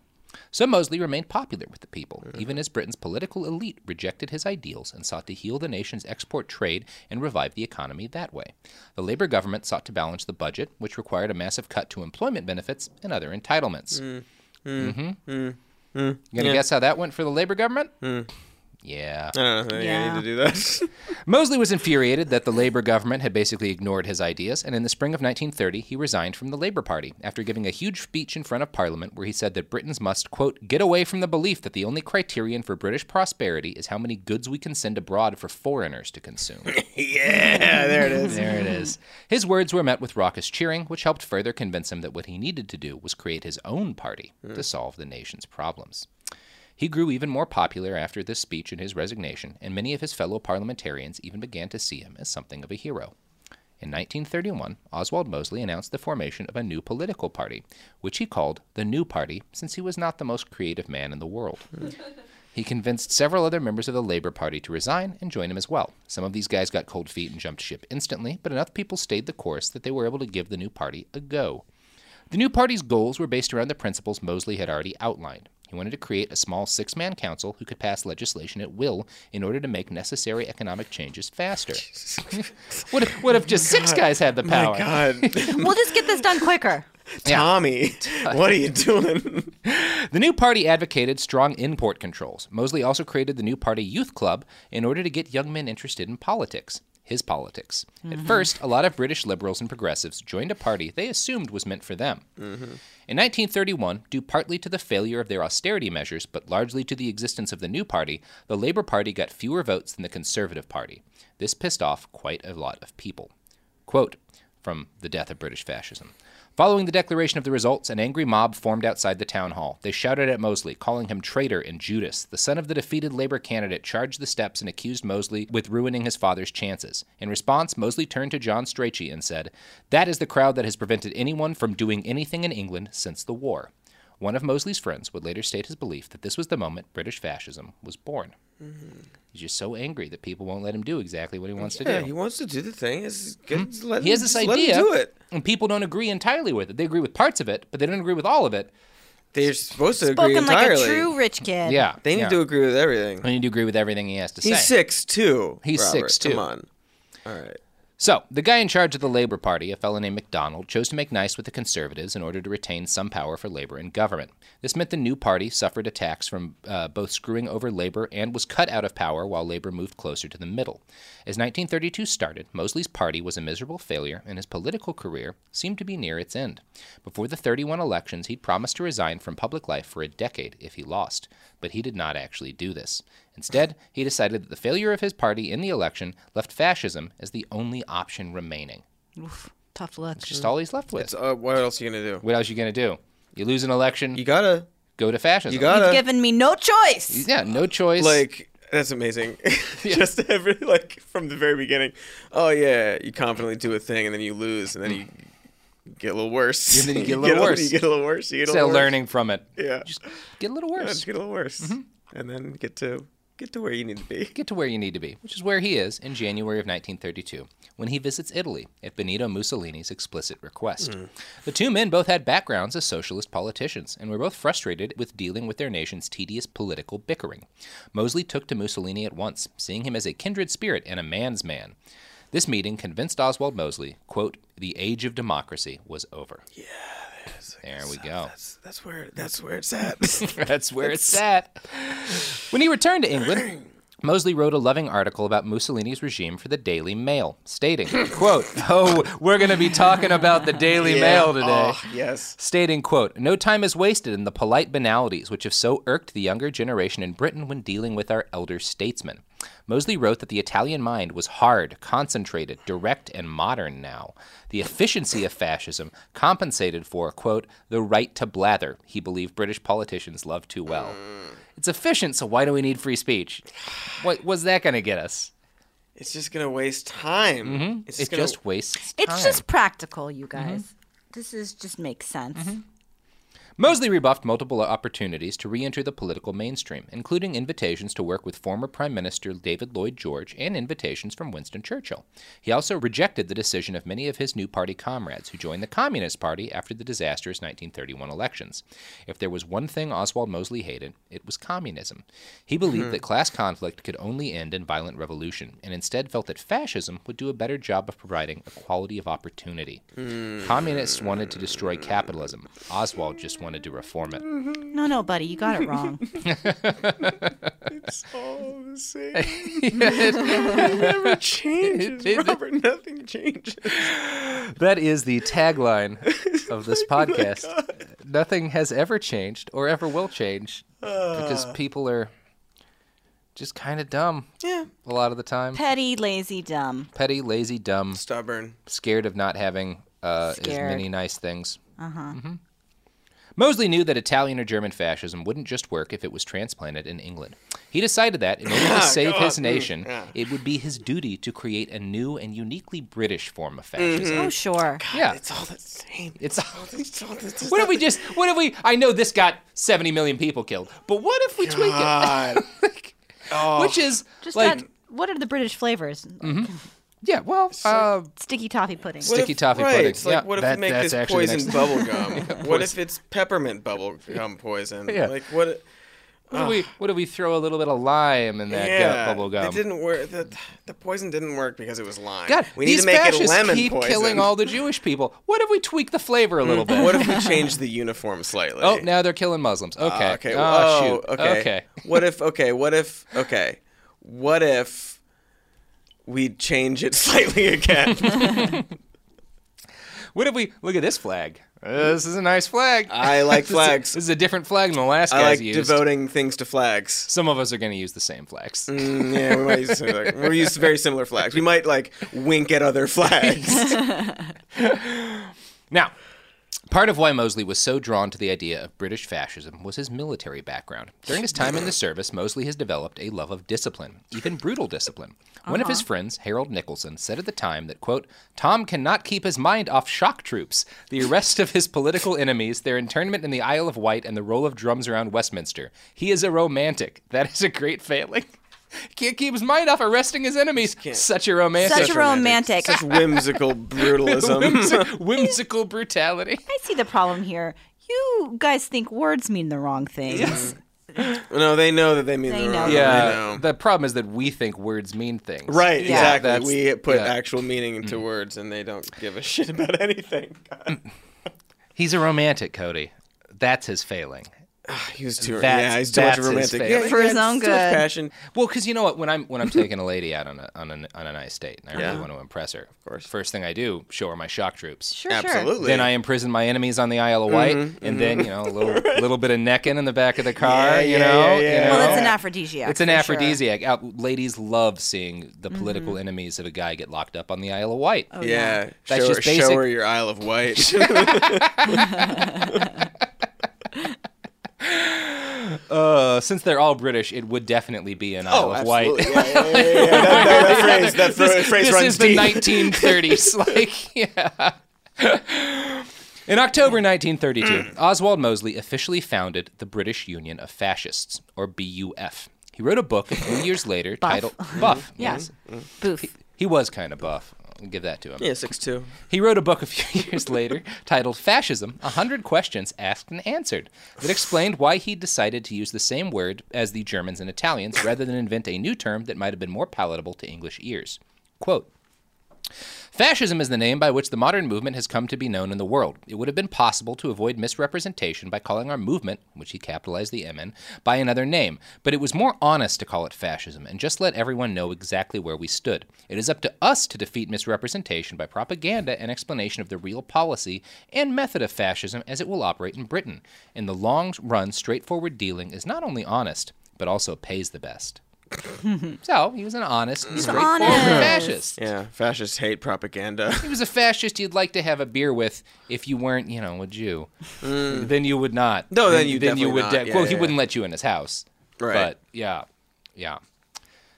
So Mosley remained popular with the people, even as Britain's political elite rejected his ideals and sought to heal the nation's export trade and revive the economy that way. The Labour government sought to balance the budget, which required a massive cut to employment benefits and other entitlements. Mhm.
Mm.
You gonna
Yeah. Mm.
guess how that went for the Labour government? Yeah.
I don't know. I think I need to
[laughs]
do that.
Mosley was infuriated that the Labour government had basically ignored his ideas, and in the spring of 1930, he resigned from the Labour Party after giving a huge speech in front of Parliament where he said that Britons must, quote, get away from the belief that the only criterion for British prosperity is how many goods we can send abroad for foreigners to consume.
yeah, [laughs] there it is.
There it is. His words were met with raucous cheering, which helped further convince him that what he needed to do was create his own party to solve the nation's problems. He grew even more popular after this speech and his resignation, and many of his fellow parliamentarians even began to see him as something of a hero. In 1931, Oswald Mosley announced the formation of a new political party, which he called the New Party, since he was not the most creative man in the world. He convinced several other members of the Labour Party to resign and join him as well. Some of these guys got cold feet and jumped ship instantly, but enough people stayed the course that they were able to give the new party a go. The new party's goals were based around the principles Mosley had already outlined. He wanted to create a small six man council who could pass legislation at will in order to make necessary economic changes faster. [laughs] what, if, what if just six guys had the power?
My [laughs] God,
We'll just get this done quicker.
[laughs] Tommy, what are you doing?
The new party advocated strong import controls. Mosley also created the new party youth club in order to get young men interested in politics. His politics. At
Mhm.
first, a lot of British liberals and progressives joined a party they assumed was meant for them. In 1931, due partly to the failure of their austerity measures, but largely to the existence of the new party, the Labour Party got fewer votes than the Conservative Party. This pissed off quite a lot of people. Quote from The Death of British Fascism. Following the declaration of the results, an angry mob formed outside the town hall. They shouted at Mosley, calling him traitor and Judas. The son of the defeated Labour candidate charged the steps and accused Mosley with ruining his father's chances. In response, Mosley turned to John Strachey and said, That is the crowd that has prevented anyone from doing anything in England since the war. One of Mosley's friends would later state his belief that this was the moment British fascism was born. He's just so angry that people won't let him do exactly what he wants to do.
Mm-hmm. Yeah, he wants to do the thing. It's good.
Hmm?
Let him,
he has this
just
idea,
Let him do it.
and people don't agree entirely with it. They agree with parts of it, but they don't agree with all of it.
They're supposed to
Spoken like a true rich kid.
Yeah,
They need
yeah.
to agree with everything.
They need to agree with everything he has to
He's
say.
six too.
He's
Robert.
six too.
Come on. All right.
So, the guy in charge of the Labor Party, a fellow named MacDonald, chose to make nice with the Conservatives in order to retain some power for Labor in government. This meant the new party suffered attacks from uh, both screwing over Labor and was cut out of power while Labor moved closer to the middle. As 1932 started, Mosley's party was a miserable failure and his political career seemed to be near its end. Before the 31 elections, he'd promised to resign from public life for a decade if he lost, but he did not actually do this. Instead, he decided that the failure of his party in the election left fascism as the only option remaining.
Oof, tough luck.
It's just all he's left with.
It's, uh, what else are you gonna do?
What else you gonna do? You lose an election. You
gotta
go to fascism.
You gotta.
You've given me no choice.
Yeah, no choice.
Like that's amazing. [laughs] Just every like from the very beginning. Oh yeah, you confidently do a thing and then you lose and then you get a little worse.
And then you get
[laughs]
a little worse.
You get a little worse. You get a
Instead
little
of
worse.
learning from it.
Yeah.
Just get a little
Yeah,
worse.
just get a little worse,
Mm-hmm.
and then get to get to where you need to be.
Get to where you need to be, which is where he is in January of 1932 when he visits Italy at Benito Mussolini's explicit request. The two men both had backgrounds as socialist politicians and were both frustrated with dealing with their nation's tedious political bickering. Mosley took to Mussolini at once, seeing him as a kindred spirit and a man's man. This meeting convinced Oswald Mosley, quote, the age of democracy was over. Yeah, there we go.
That's where that's where
[laughs]
it's [laughs] at.
That's where it's at. [laughs] When he returned to England, [clears throat] Mosley wrote a loving article about Mussolini's regime for the Daily Mail, stating, quote, Oh, we're going to be talking about the Daily
Yeah.
Mail today.
Oh, yes.
Stating, quote, No time is wasted in the polite banalities which have so irked the younger generation in Britain when dealing with our elder statesmen. Mosley wrote that the Italian mind was hard, concentrated, direct, and modern now. The efficiency of fascism compensated for, quote, the right to blather he believed British politicians love too well. It's efficient, so why do we need free speech? What was that going to get us?
It's just gonna waste time.
Mhm.
It's
It
gonna-
just wastes
It's
time.
just practical, you guys. This is just makes sense.
Mosley rebuffed multiple opportunities to re enter the political mainstream, including invitations to work with former Prime Minister David Lloyd George and invitations from Winston Churchill. He also rejected the decision of many of his new party comrades who joined the Communist Party after the disastrous 1931 elections. If there was one thing Oswald Mosley hated, it was communism. He believed
Mhm.
that class conflict could only end in violent revolution, and instead felt that fascism would do a better job of providing equality of opportunity. Communists wanted to destroy capitalism. Oswald just wanted to reform it.
No, no, buddy, you got it wrong.
It's all oh,
[laughs]
the same.
it-
[laughs] it never changes,
[laughs] it- it-
Robert. Nothing changes.
[laughs] That is the tagline of this podcast. Nothing has ever changed or ever will change because
Ah.
people are just kind of dumb.
Yeah.
A lot of the time.
Petty, lazy, dumb.
Petty, lazy, dumb.
Stubborn.
Scared of not having uh, as
Scared.
many nice things. Mm-hmm.
Uh huh.
Mosley knew that Italian or German fascism wouldn't just work if it was transplanted in England. He decided that, in order
[laughs]
to save
God,
his
mm,
nation,
yeah.
it would be his duty to create a new and uniquely British form of fascism.
Oh, sure.
Yeah.
Mm-hmm. It's all the same.
It's [laughs] all
the same.
What if we just, what if we, I know this got 70 million people killed, but what if we
[laughs]
tweak [laughs] it?
God. oh.
Which is
Just
like,
that, what are the British flavors?
Mhm. yeah, well, uh,
Sticky toffee pudding.
Sticky
What if-
toffee
right,
pudding.
It's like,
Yeah,
what if
that-
we make
that's
this
actually the
poison
next-
bubble
[laughs]
gum?
Yeah,
What if
poison.
it's peppermint bubble gum poison?
Yeah.
Like what?
what do we, what do we throw a little bit of lime in that gu-
yeah,
bubble gum?
It didn't work. The, the poison didn't work because it was lime.
God,
we need
these
to make it
fascists
lemon
keep
poison. Hmm.
killing all the Jewish people. What if we tweak the flavor a little bit?
[laughs] What
[laughs]
if we change the uniform slightly?
Oh, now they're killing Muslims. Okay.
Ah, okay.
Oh,
Oh,
shoot.
Okay.
Okay.
What if? Okay. What if? Okay. What if we change it [laughs]
[laughs]
slightly again?
What if we look at this flag? Uh, this is a nice flag.
I
[laughs]
like
This is-
flags.
this is a different flag than the last
I
guy's
like
used.
devoting things to flags.
Some of us are going to use the same flags.
Mm, yeah, we might use similar, we're used to very similar flags.
[laughs]
We might like wink at other flags.
Now, Part of why Mosley was so drawn to the idea of British fascism was his military background. During his time in the service, Mosley has developed a love of discipline, even brutal discipline. One of
Uh-huh.
his friends, Harold Nicholson, said at the time that, quote, Tom cannot keep his mind off shock troops, the arrest of his political enemies, their internment in the Isle of Wight, and the roll of drums around Westminster. He is a romantic. That is a great failing. [laughs] Can't keep his mind off arresting his enemies. Such a romantic.
Such a romantic.
Such whimsical
[laughs]
brutalism.
Whimsi- whimsical brutality.
I see the problem here. You guys think words mean the wrong things.
No, they know that they mean
They
the
know.
wrong.
Yeah,
they know.
the problem is that we think words mean things.
Right,
Yeah. That's-
exactly. We put
yeah. Mm.
actual meaning into words, and they don't give a shit about anything. [laughs]
He's a romantic, Cody. That's his failing.
he was too- yeah, he's too much of a romantic. Yeah,
For his own good.
Well, because you know what, when I'm when I'm taking a lady out on a on, an, on a nice date, and I
Yeah.
really want to impress her, of course. First thing I do, show her my shock troops.
Sure, sure. Absolutely.
Then I imprison my enemies on the Isle of Wight,
Mhm,
and
mhm.
then you know a little little bit of necking in the back of the car.
Yeah, yeah,
you, know,
yeah,
you
yeah. Well,
know?
that's an aphrodisiac,
It's an
for sure.
aphrodisiac. Out, ladies love seeing the political enemies of a guy get locked up on the Isle of Wight.
Oh, yeah. Yeah.
that's
Show her-
just
show
basic.
her your Isle of Wight.
[laughs]
[laughs]
Uh, since they're all British, it would definitely be an Isle
Oh,
of Wight.
absolutely. Yeah, yeah, yeah, yeah. That-
[laughs]
that- that phrase- that
this,
phrase
this
runs
is
deep.
the [laughs] 1930s. like, yeah. In October 1932, Oswald Mosley officially founded the British Union of Fascists, or BUF. He wrote a book a few years later titled Buff.
Yeah.
[laughs] yes.
Boof.
He was kind of buff. I'll give that to him.
Yeah, six two.
He wrote a book a few [laughs] years later titled Fascism: A Hundred Questions Asked and Answered that explained why he decided to use the same word as the Germans and Italians rather than invent a new term that might have been more palatable to English ears. Quote. Fascism is the name by which the modern movement has come to be known in the world. It would have been possible to avoid misrepresentation by calling our movement, which he capitalized the M in, by another name, but it was more honest to call it fascism and just let everyone know exactly where we stood. It is up to us to defeat misrepresentation by propaganda and explanation of the real policy and method of fascism as it will operate in Britain. In the long run, straightforward dealing is not only honest, but also pays the best. so he was an honest, and straightforward fascist.
Yeah, fascists hate propaganda.
He was a fascist you'd like to have a beer with if you weren't, you know, a Jew. Then you would not.
Mm. No, then you definitely
would.
not. Yeah,
well,
yeah,
he
yeah.
wouldn't let you in his house.
[laughs] Right.
But yeah, yeah.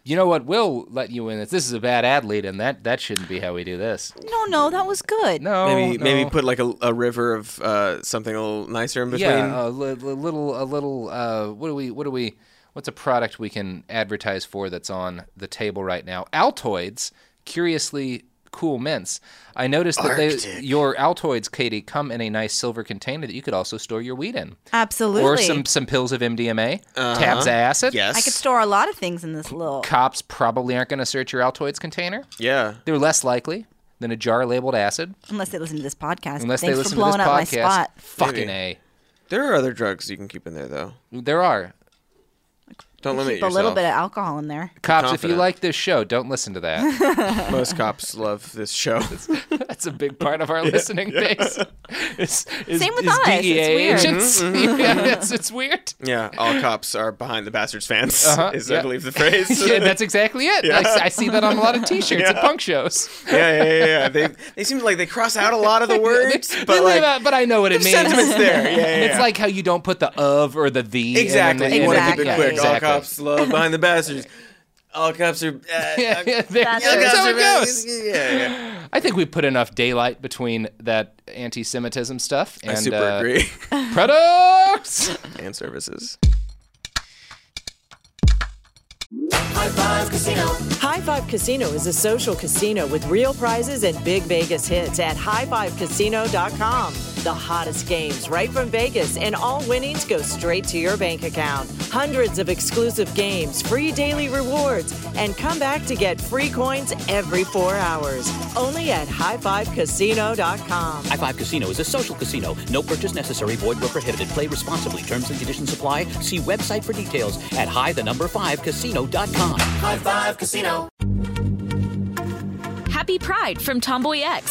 You know what will let you in? Is this is a bad ad lead, and that that shouldn't be how we do this.
No, no, that was good.
No,
maybe
Oh, no.
maybe put like a, a river of uh, something a little nicer in between.
Yeah, uh, a li- li- little, a little. Uh, what do we? What do we? What's a product we can advertise for that's on the table right now? Altoids, curiously cool mints. I noticed that they,
Arctic.
your Altoids, Katie, come in a nice silver container that you could also store your weed in,
Absolutely.
or some some pills of MDMA,
Uh-huh.
tabs of acid.
I could store a lot of things in this little.
Cops probably aren't going to search your Altoids container.
Yeah.
They're less likely than a jar labeled acid.
Unless they listen to this podcast.
Unless they
Thanks
listen
for
to this
blowing up my
podcast.
spot.
Fucking A.
There are other drugs you can keep in there though.
There are.
Don't limit
Keep a
yourself.
little bit of alcohol in there.
Cops, if you
confident.
like this show, don't listen
[laughs]
to that. [laughs]
Most cops love this show. [laughs]
That's a big part of our [laughs]
Yeah,
listening
yeah.
base. It's,
Same with us. [laughs] It's E
DEA
weird.
agents.
Mhm,
[laughs]
mhm.
yeah, it's, it's
[laughs]
weird.
yeah, all cops are behind the bastards fans.
Uh-huh,
Is
yeah.
I believe the phrase.
[laughs] Yeah, that's exactly it. I s- I see that on a lot of t-shirts at punk
[laughs]
shows.
[laughs] Yeah, yeah, yeah. yeah. They they seem like they cross out a lot
[laughs]
of the words, but
They leave
like
out- but I know what it
the
means.
sentiment's there.
[laughs]
Yeah, yeah,
It's
yeah.
like how you don't put the of or the the. and then
exactly.
the-
You
and
want to
then
keep
the-
it
yeah,
quick.
exactly.
All cops love behind the bastards. All cops are. Uh,
[laughs] Yeah, yeah, there-
all
yeah, that's
cops
how
are
it goes.
bastards. Yeah, yeah.
I think we put enough daylight between that anti-Semitism stuff and
I super
uh,
agree.
products.
and services.
High Five Casino. High Five Casino is a social casino with real prizes and big Vegas hits at highfivecasino.com. The hottest games right from Vegas, and all winnings go straight to your bank account. Hundreds of exclusive games, free daily rewards, and come back to get free coins every four hours. Only at highfivecasino.com.
High Five Casino is a social casino. No purchase necessary. Void where prohibited. Play responsibly. Terms and conditions apply. See website for details at high the number five casino.com. High Five Casino.
Happy Pride from Tomboy X,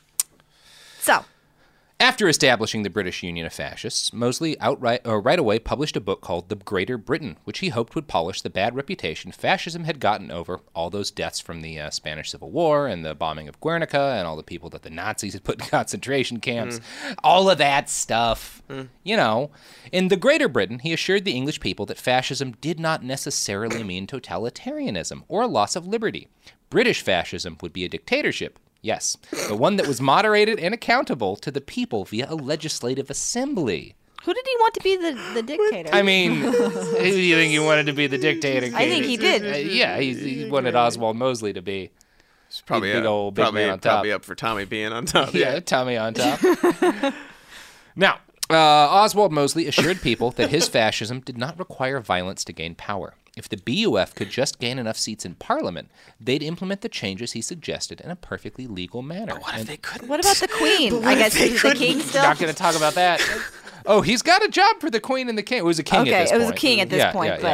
so
after establishing the British Union of Fascists, Mosley outright or right away published a book called The Greater Britain, which he hoped would polish the bad reputation fascism had gotten over all those deaths from the uh, Spanish Civil War and the bombing of Guernica and all the people that the Nazis had put in [laughs] concentration camps,
Mm.
all of that stuff.
Mm.
You know, in The Greater Britain, he assured the English people that fascism did not necessarily mean totalitarianism or a loss of liberty. British fascism would be a dictatorship, yes, but one that was moderated and accountable to the people via a legislative assembly.
Who did he want to be the, the dictator?
I mean, [laughs] who do you think he wanted to be the dictator?
I think he
Katie?
did.
Uh, yeah, he, he wanted Oswald Mosley to be. He's
Probably,
big
uh,
old big
probably,
man on top.
probably up for Tommy being
[laughs]
on top.
Yeah, Tommy on top.
[laughs]
now, uh, Oswald Mosley assured people that his fascism did not require violence to gain power. If the BUF could just gain enough seats in Parliament, they'd implement the changes he suggested in a perfectly legal manner. what if they couldn't?
what about the queen?
But
I
what
guess
if they
he's the
couldn't?
king still.
Not going to talk about that. [laughs] Oh, he's got a job for the queen and the king. It was a king
Okay,
at this
it
point.
was a king at this
Yeah,
point,
yeah,
but-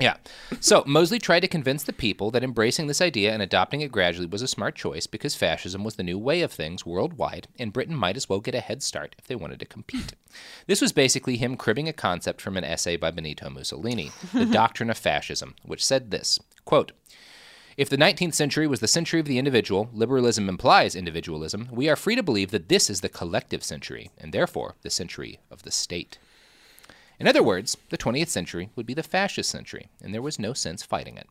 yeah. Yeah. So Mosley tried to convince the people that embracing this idea and adopting it gradually was a smart choice because fascism was the new way of things worldwide, and Britain might as well get a head start if they wanted to compete. This was basically him cribbing a concept from an essay by Benito Mussolini, The Doctrine of Fascism, which said this quote, if the 19th century was the century of the individual, liberalism implies individualism, we are free to believe that this is the collective century, and therefore the century of the state. In other words, the 20th century would be the fascist century, and there was no sense fighting it.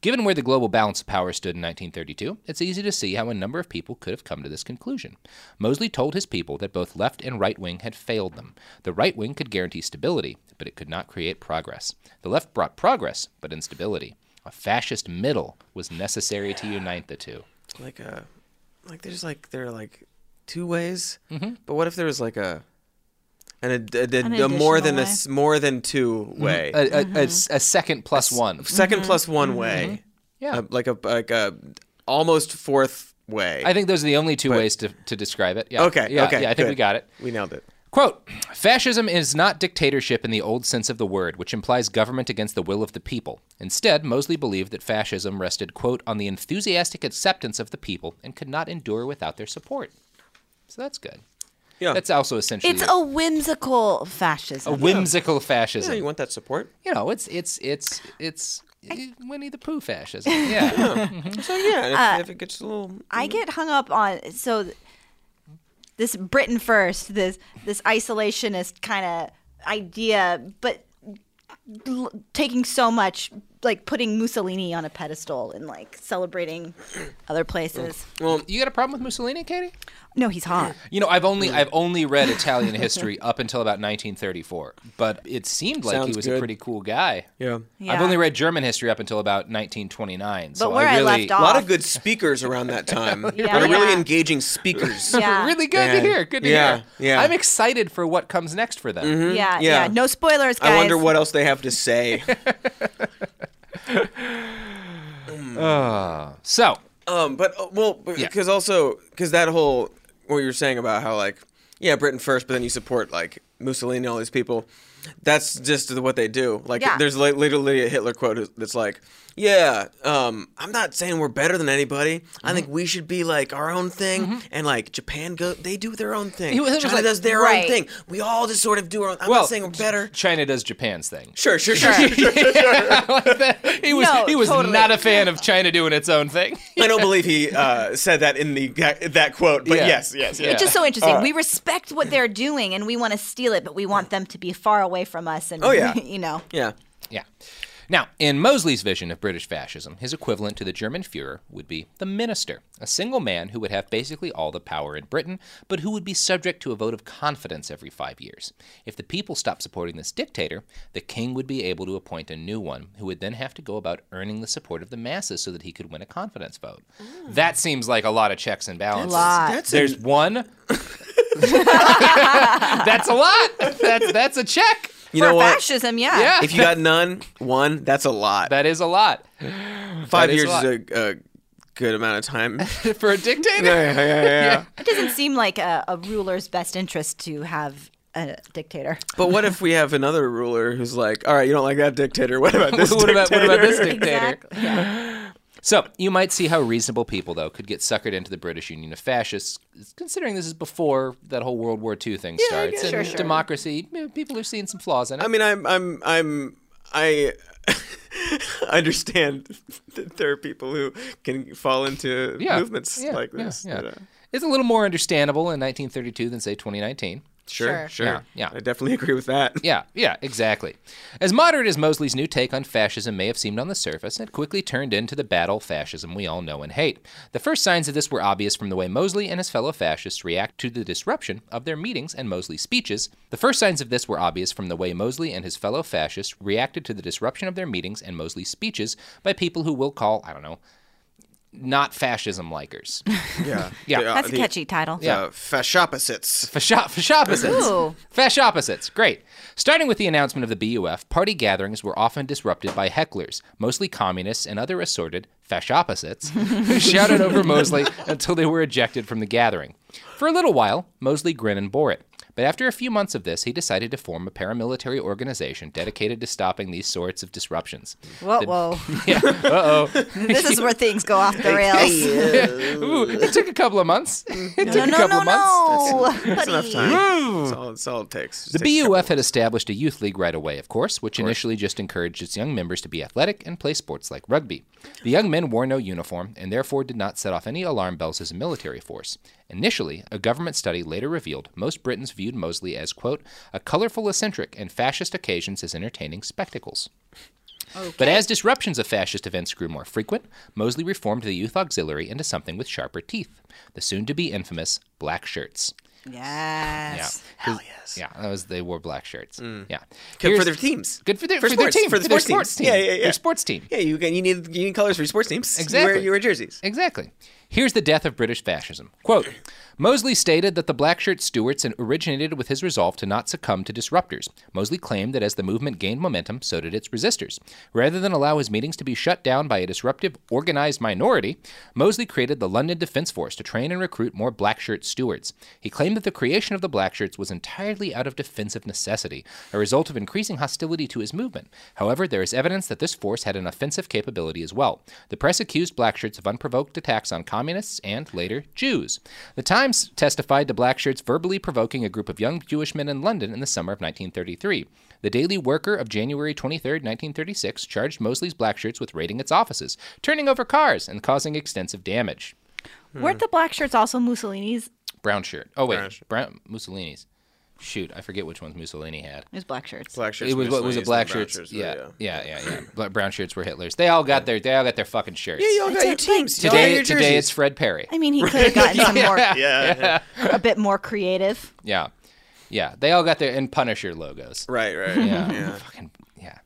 Given where the global balance of power stood in 1932, it's easy to see how a number of people could have come to this conclusion. Mosley told his people that both left and right wing had failed them. The right wing could guarantee stability, but it could not create progress. The left brought progress, but instability. A fascist middle was necessary to unite the two.
Like a, like there's like there are like two ways.
Mm-hmm.
But what if there was like a, an, ad a,
An
a more than a
additional
s- more than two
Mhm.
way.
A- a- a s- a second plus one.
second
Mhm.
plus one
Mhm.
way.
Yeah.
Uh, like a like a almost fourth way.
I think those are the only two ways to, to describe it. Yeah.
Okay,
Yeah,
okay,
Yeah, I think
good.
we got it.
We nailed it.
Quote Fascism is not dictatorship in the old sense of the word, which implies government against the will of the people. Instead, Mosley believed that fascism rested, quote, on the enthusiastic acceptance of the people and could not endure without their support. So that's good. Yeah. That's also essentially
It's a whimsical fascism.
a whimsical fascism.
you want that support?
You know, it's it's it's it's eh, Winnie the Pooh fascism. Yeah.
[laughs]
Mhm.
So yeah, if,
Uh,
if it gets a little,
I get hung up on so th- this Britain first, this this isolationist kind of idea, but l- taking so much like putting Mussolini on a pedestal and like celebrating other places.
Well,
you got a problem with Mussolini, Katie?
No, he's hot.
You know, I've
Mm.
only I've only read Italian history up until about 1934, but it seemed like he
Sounds
was a
good.
pretty cool guy.
Yeah.
I've
Yeah.
only read German history up until about 1929. so
But where I
really,
left off-
a lot of good speakers around that time.
Yeah.
Lot of really
Yeah.
engaging speakers.
really good to
And-
hear. Good to
yeah,
hear.
Yeah.
I'm excited for what comes next for them.
Mhm.
Yeah, yeah, No spoilers, guys.
I wonder what else they have to say.
Ah, so,
[laughs] um, but uh, well, because also because that whole what you were saying about how like yeah Britain first, but then you support like Mussolini, all these people. That's just what they do. Like,
Yeah.
there's li- literally a Hitler quote who's- that's like, "Yeah, um, I'm not saying we're better than anybody. I think we should be like our own thing, and like Japan go, they do their own thing.
He was- he was
China
like-
does their
Right.
own thing. We all just sort of do our own. I'm
well,
not saying we're better.
China does Japan's thing.
Sure, sure, [laughs] sure, sure, sure, sure,
He was
No,
he was
totally.
not a fan of China doing its own thing.
I don't believe he uh, said that in the that quote, but
[laughs] Yeah.
yes, yes, yes.
It's just so interesting.
Uh,
we respect what they're doing and we want to steal it, but we want them to be far away from us. And
Oh,
[laughs]
yeah.
you know,
Yeah.
Yeah. Now, in Mosley's vision of British fascism, his equivalent to the German Fuhrer would be the minister, a single man who would have basically all the power in Britain, but who would be subject to a vote of confidence every five years. If the people stopped supporting this dictator, the king would be able to appoint a new one, who would then have to go about earning the support of the masses so that he could win a confidence vote. That seems like a lot of checks and balances.
lot. Mm. that's a- [laughs]
There's one. [laughs] that's a lot. That's that's a check.
You know
for
what?
fascism, yeah.
If you got none, one, that's a lot.
That is a lot.
Five
That is
years
a lot.
is a, a good amount of time.
for a [laughs] dictator.
Yeah, yeah, yeah, yeah.
It doesn't seem like a, a ruler's best interest to have a
[laughs]
dictator.
But what if we have another ruler who's like, all right, you don't like that dictator.
[laughs]
What about this
What
dictator?
about- what about this dictator?
Exactly.
So you might see how reasonable people, though, could get suckered into the British Union of Fascists, considering this is before that whole World War II thing starts.
guess-
and
sure, sure.
democracy, eh, people are seeing some flaws in it.
I mean, I'm, I'm, I'm, I [laughs] understand that there are people who can fall into
Yeah,
movements
yeah,
like
yeah,
this.
yeah.
but, uh,
it's a little more understandable in 1932 than say 2019.
Sure, Sure. sure.
Yeah, yeah.
I definitely agree with that.
Yeah, yeah, exactly. As moderate as Mosley's new take on fascism may have seemed on the surface, it quickly turned into the battle fascism we all know and hate. The first signs of this were obvious from the way Mosley and his fellow fascists react to the disruption of their meetings and Mosley's speeches. The first signs of this were obvious from the way Mosley and his fellow fascists reacted to the disruption of their meetings and Mosley's speeches by people who we'll call, I don't know, not fascism likers.
[laughs] Yeah.
Yeah.
The, uh,
That's a
the-
[laughs] catchy title. Oh,
Yeah.
Uh, Fashopposites.
Fasho- Fashopposites.
Ooh.
Fashopposites. Great. Starting with the announcement of the BUF, party gatherings were often disrupted by hecklers, mostly communists and other assorted fashopposites, who shouted over Mosley until they were ejected from the gathering. For a little while, Mosley grinned and bore it. But after a few months of this, he decided to form a paramilitary organization dedicated to stopping these sorts of disruptions.
Whoa,
The-
whoa.
[laughs] Yeah. Uh oh.
[laughs] this is where things go off the [laughs] rails.
Ooh, it took a couple
[laughs]
of months. uh, It
No, no,
took a couple
no,
of months.
no, [laughs]
That's enough time. That's all, that's all it takes. Just takes
the
a
BUF had established a youth league right away, of course, which initially just encouraged its young members to be athletic and play sports like rugby. The young men wore no uniform and therefore did not set off any alarm bells as a military force. Initially, a government study later revealed most Britons viewed Mosley as, quote, a colorful eccentric and fascist occasions as entertaining spectacles. But as disruptions of fascist events grew more frequent, Mosley reformed the youth auxiliary into something with sharper teeth the soon to be infamous black shirts.
Yes.
Yeah. Hell yes. Yeah, that was they wore black shirts. Yeah.
Mm. Good
Here's-
for their teams.
Good for their, for
sports,
their team.
For, the sports, teams.
team.
Yeah, yeah, yeah.
Their sports team.
Yeah, you can, you need you need colors for your sports teams. You
Exactly.
wear- You wear, jerseys.
Exactly. Here's the death of British fascism. Quote Mosley stated that the black shirt Stuarts and originated with his resolve to not succumb to disruptors. Mosley claimed that as the movement gained momentum, so did its resistors. Rather than allow his meetings to be shut down by a disruptive, organized minority, Mosley created the London Defense Force to train and recruit more black shirt stewards. He claimed that the creation of the black shirts was entirely out of defensive necessity, a result of increasing hostility to his movement. However, there is evidence that this force had an offensive capability as well. The press accused black shirts of unprovoked attacks on communists and later Jews. The Times testified to black shirts verbally provoking a group of young Jewish men in London in the summer of 1933. The Daily Worker of January 23, 1936, charged Mosley's black shirts with raiding its offices, turning over cars, and causing extensive damage. Hmm.
Weren't the black shirts also Mussolini's?
Brown shirt. Oh wait, brown Mussolini's. Shoot, I forget which ones Mussolini had.
It was black shirts.
Black shirts.
it was what was it?
Mussolini's,
Black
then brown
shirts.
shirts,
yeah,
yeah.
yeah, yeah,
[clears throat]
yeah. Bla- brown shirts were Hitler's. They all got their. They all got their fucking shirts.
Yeah, you all got your teams. You all got
Today,
your
today
jerseys.
it's Fred Perry.
I mean, he could have gotten some more,
[laughs] Yeah.
a bit more creative.
Yeah, yeah. They all got their and Punisher logos.
[laughs] Right, right.
Yeah,
[laughs] yeah.
Fucking, yeah.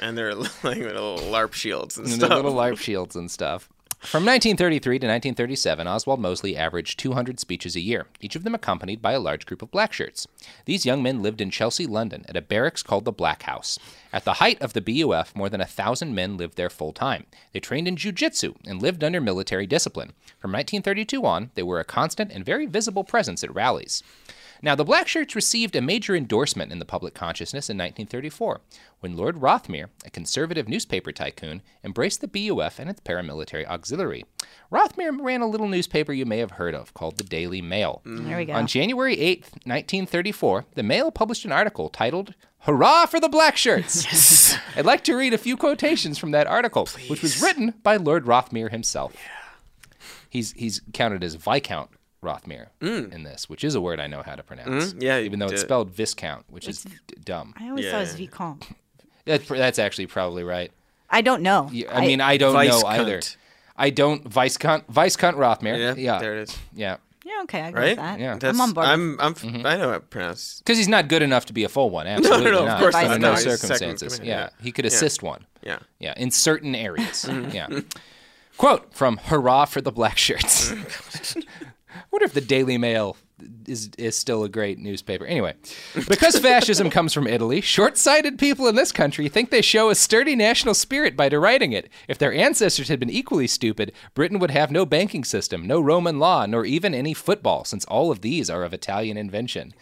And they're [laughs] like little LARP shields and,
And their
[laughs] stuff.
little LARP shields and stuff. From 1933 to 1937, Oswald Mosley averaged 200 speeches a year, each of them accompanied by a large group of black shirts. These young men lived in Chelsea, London, at a barracks called the Black House. At the height of the BUF, more than a thousand men lived there full time. They trained in jujitsu and lived under military discipline. From 1932 on, they were a constant and very visible presence at rallies. Now, the black shirts received a major endorsement in the public consciousness in 1934 when Lord Rothmere, a conservative newspaper tycoon, embraced the BUF and its paramilitary auxiliary. Rothmere ran a little newspaper you may have heard of called the Daily Mail.
Mm. There we go.
On January 8th, 1934, the Mail published an article titled Hurrah for the
[laughs]
Black Shirts! I'd like to read a few quotations from that article, which was written by Lord Rothmere himself. He's, he's counted as Viscount Rothmere in this, which is a word I know how to pronounce.
Mhm. Mm. Yeah, you
even though
did
it's
it.
spelled Viscount, which is d- dumb.
I always thought it was Vicomte.
That's, pr- that's actually probably right.
I don't know.
Yeah, I mean, I don't know either. I don't Viscount Viscount Rothmere. Yeah, there it is. Yeah,
Yeah, okay, I agree
Right?
with that.
Yeah. Mm-hmm.
I'm on board.
I'm, I'm, f- I know how it pronounced.
because he's not good enough to be a full one.
[laughs] no, no,
Absolutely
of
not.
course
under
not.
no
No, he's second
circumstances.
commander,
Yeah.
yeah.
he could
Yeah.
assist one.
Yeah.
yeah, in certain areas. yeah. Quote from "Hurrah for the Black Shirts." [laughs] I wonder if the Daily Mail is is still a great newspaper. Anyway, because fascism comes from Italy, short-sighted people in this country think they show a sturdy national spirit by deriding it. If their ancestors had been equally stupid, Britain would have no banking system, no Roman law, nor even any football, since all of these are of Italian invention.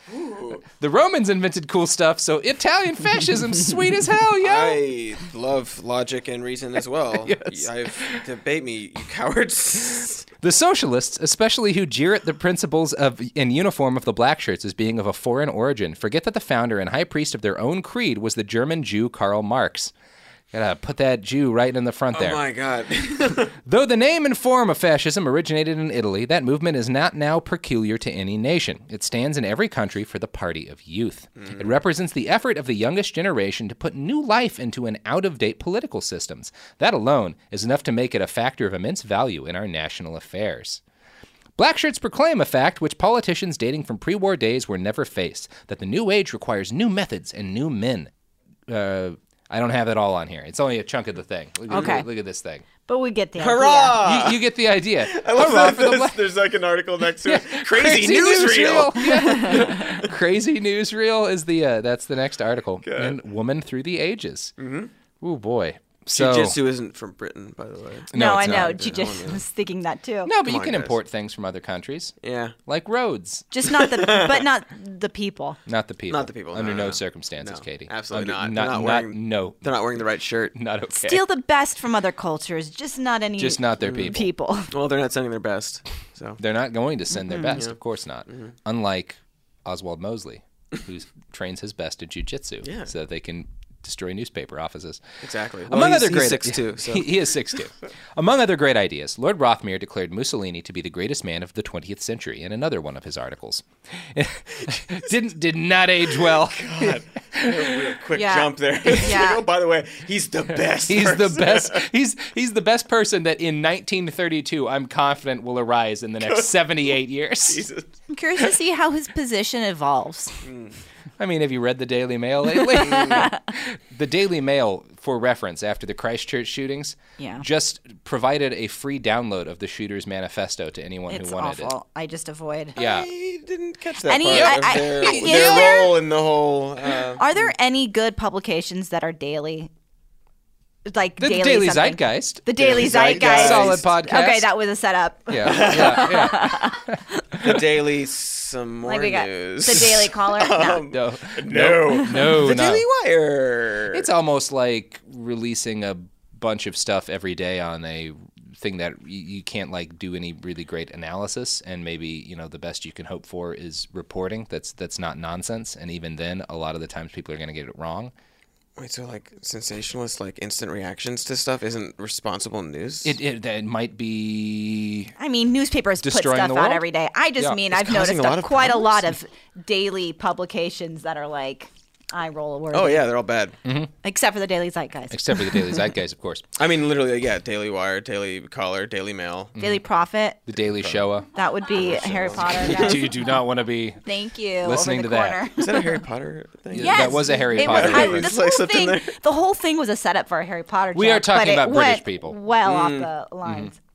The Romans invented cool stuff, so Italian fascism's sweet as hell, yo.
[laughs] I love logic and reason
[laughs]
as well. I've, debate me, you cowards.
The socialists, especially who jeer at the principles of and uniform of the black shirts as being of a foreign origin, forget that the founder and high priest of their own creed was the German Jew Karl Marx. Gotta put that Jew right in the front there.
Oh my
[laughs]
god. [laughs]
Though the name and form of fascism originated in Italy, that movement is not now peculiar to any nation. It stands in every country for the party of youth. It represents the effort of the youngest generation to put new life into an out of date political systems. That alone is enough to make it a factor of immense value in our national affairs. Black shirts proclaim a fact which politicians dating from pre war days were never faced that the new age requires new methods and new men. Uh, I don't have it all on here. It's only a chunk of the thing. Look, at-
Okay.
look at this thing.
but we get the idea.
Hurrah!
You, you get the idea.
Ah. [laughs] I love
Hurrah
that
for the
this-
black-
[laughs] there's like an article next to it.
Yeah.
Crazy,
Crazy
newsreel. [laughs]
newsreel. Yeah. Crazy newsreel is the uh, that's the next article. And woman through the ages. Mm-hmm. Ooh boy. So
Jiu-jitsu isn't from Britain, by the way.
No,
No,
I
it's
know.
not.
Jiu-jitsu was thinking that too.
no, but
Come
you
on,
can
guys.
import things from other countries.
Yeah.
Like roads,
Just [laughs] not the, but not the people.
not the people.
Not the people.
Under
no,
no,
no, no.
circumstances, Katie.
Absolutely
Under-
not. They're not wearing-
no.
They're not wearing the right shirt.
Not okay.
Steal the best from other cultures, just not any.
Just not their people.
People.
Well, they're not sending their best. So
They're not going to send their
Mm-hmm.
Mhm.
best.
Yeah.
Of course not. Unlike Oswald Mosley, who [laughs] trains his best in jujitsu,
Yeah.
so that they can destroy newspaper
[laughs]
offices.
Exactly. Well,
Among
he's-
other
he's
great
6'2",,
[laughs]
so.
he, he is six two. Among other great ideas, Lord Rothmere declared Mussolini to be the greatest man of the 20th century in another one of his articles. [laughs] Didn't did not age
[laughs]
well. [laughs]
quick
Yeah.
jump [laughs] there. It's like,
Yeah.
oh, by the way,
[laughs]
he's the best.
He's
person."
the
[laughs]
best. He's he's the best person that in 1932 I'm confident will arise in the next 78
[laughs]
years.
I'm curious to see how his position
[laughs]
evolves.
I mean, have you read the Daily Mail
[laughs]
lately? [laughs] the Daily Mail, for reference, after the Christchurch shootings,
Yeah.
just provided a free download of the shooter's manifesto to anyone
It's
who wanted
awful. I just avoid.
it. Yeah.
I didn't catch that
Any-
part
I-
of
I-
their,
is
their
there-
role in the whole. Uh,
Are there any good publications that are daily? Like
The
daily,
Daily
something?
Zeitgeist.
The Daily,
Daily
Zeitgeist.
Zeitgeist.
Solid podcast.
Okay, that was a setup.
[laughs] Yeah, yeah, yeah.
the daily some more
Like we got
news.
the
[laughs]
Daily Caller.
[laughs]
No.
Um,
No,
no,
no, no.
the Daily Wire.
It's almost like releasing a bunch of stuff every day on a thing that y- you can't like do any really great analysis and maybe you know the best you can hope for is reporting that's that's not nonsense and even then a lot of the times people are going to get it wrong
Wait, so like sensationalist, like instant reactions to stuff isn't responsible news?
It, it that might be
I mean, newspapers put
Destroying
stuff
the
out
world?
every day. I just
Yeah.
mean,
It's
I've
causing
noticed
a
a-
lot of
quite a lot
problems.
of daily publications that are like, I roll a word.
oh yeah, they're all bad.
Mm-hmm. Except for the Daily Zeitgeist.
except for the [laughs] Daily Zeitgeist, of course.
I mean, literally, yeah. Daily Wire, Daily Caller, Daily Mail.
Daily Prophet.
The Daily Showa.
That would be Harry Potter.
[laughs]
guys.
Do you do not want to be?
Thank you.
Listening
over
to
the
that.
corner.
Is that a Harry Potter thing?
Yeah. That was a Harry
It was-
Potter
I-
joke.
this
Like
whole
slipped in
thing,
there.
the whole thing was a setup for a Harry Potter.
We
joke,
are talking
but it
Mm.
about British
went
people.
Well off the lines.
Yeah. I'm-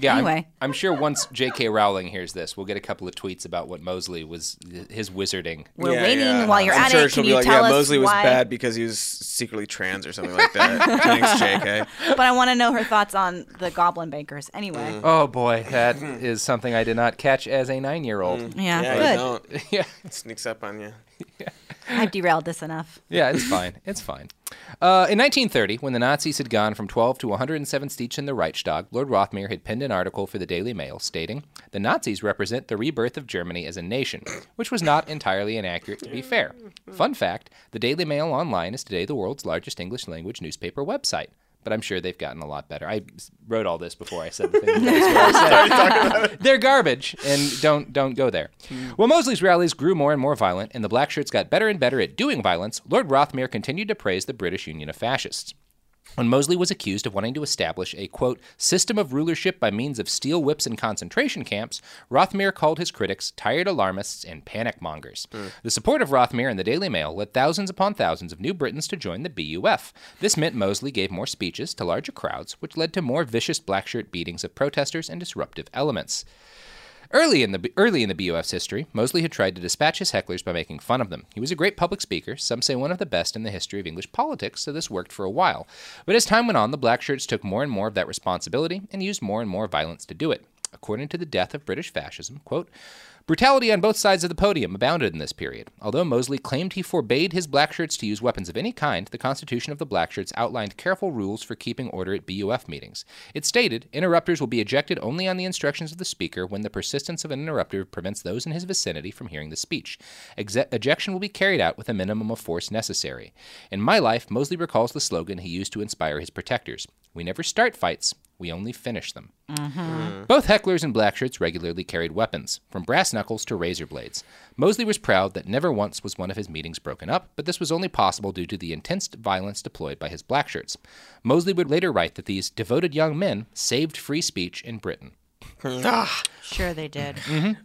Anyway.
I'm, sure once J.K. Rowling hears this, we'll get a couple of tweets about what Mosley was his wizarding.
We're waiting while you're
I'm
at
sure
it. Can
she'll be
you
like,
tell
yeah,
us
Mosley was
why?
bad because he was secretly trans or something
[laughs]
like that. Thanks, JK.
But I want to know her thoughts on the Goblin Bakers.
Mm.
Anyway.
Oh boy, that is something I did not catch as a
[laughs]
nine-year-old.
Yeah,
yeah
good.
You don't.
yeah,
it sneaks up on you.
I've derailed this enough.
Yeah, it's fine. It's fine. Uh, in 1930, when the Nazis had gone from 12 to 107 seats in the Reichstag, Lord Rothmere had penned an article for the Daily Mail stating, The Nazis represent the rebirth of Germany as a nation, which was not entirely inaccurate, to be fair. Fun fact the Daily Mail online is today the world's largest English language newspaper website. But I'm sure they've gotten a lot better. I s- wrote all this before I said the thing. that I was gonna say. They're garbage, and don't don't go there. While Mosley's rallies grew more and more violent, and the black shirts got better and better at doing violence, Lord Rothmere continued to praise the British Union of Fascists. When Mosley was accused of wanting to establish a quote system of rulership by means of steel whips and concentration camps, Rothmere called his critics tired alarmists and panic mongers. The support of Rothmere and the Daily Mail led thousands upon thousands of new Britons to join the BUF. This meant Mosley gave more speeches to larger crowds, which led to more vicious blackshirt beatings of protesters and disruptive elements. Early in the early in the BUF's history, Mosley had tried to dispatch his hecklers by making fun of them. He was a great public speaker, some say one of the best in the history of English politics, so this worked for a while. But as time went on, the blackshirts took more and more of that responsibility and used more and more violence to do it. According to the death of British fascism, quote, Brutality on both sides of the podium abounded in this period. Although Mosley claimed he forbade his blackshirts to use weapons of any kind, the Constitution of the Blackshirts outlined careful rules for keeping order at BUF meetings. It stated interrupters will be ejected only on the instructions of the speaker when the persistence of an interrupter prevents those in his vicinity from hearing the speech. Exe- ejection will be carried out with a minimum of force necessary. In my life, Mosley recalls the slogan he used to inspire his protectors We never start fights, we only finish them. Both hecklers and blackshirts regularly carried weapons, from brass knuckles to razor blades. Mosley was proud that never once was one of his meetings broken up, but this was only possible due to the intense violence deployed by his blackshirts. Mosley would later write that these devoted young men saved free speech in Britain.
Ah.
Sure, they did.
Mm.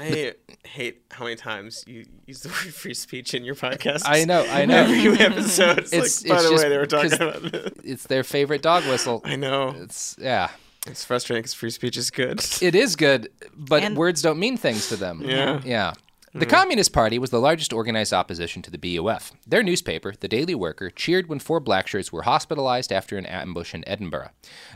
I hate how many times you use the word free speech in your podcast.
I know, I know.
Every episode, it's, like, by the
just
way, they were talking
'cause
about this.
[laughs] It's their favorite dog whistle. I
know.
It's yeah.
It's frustrating because free speech
[laughs]
is good.
It is good, but
And-
words don't mean things to them.
Yeah.
Yeah. The Communist Party was the largest organized opposition to the BUF. Their newspaper, The Daily Worker, cheered when four blackshirts were hospitalized after an ambush in Edinburgh.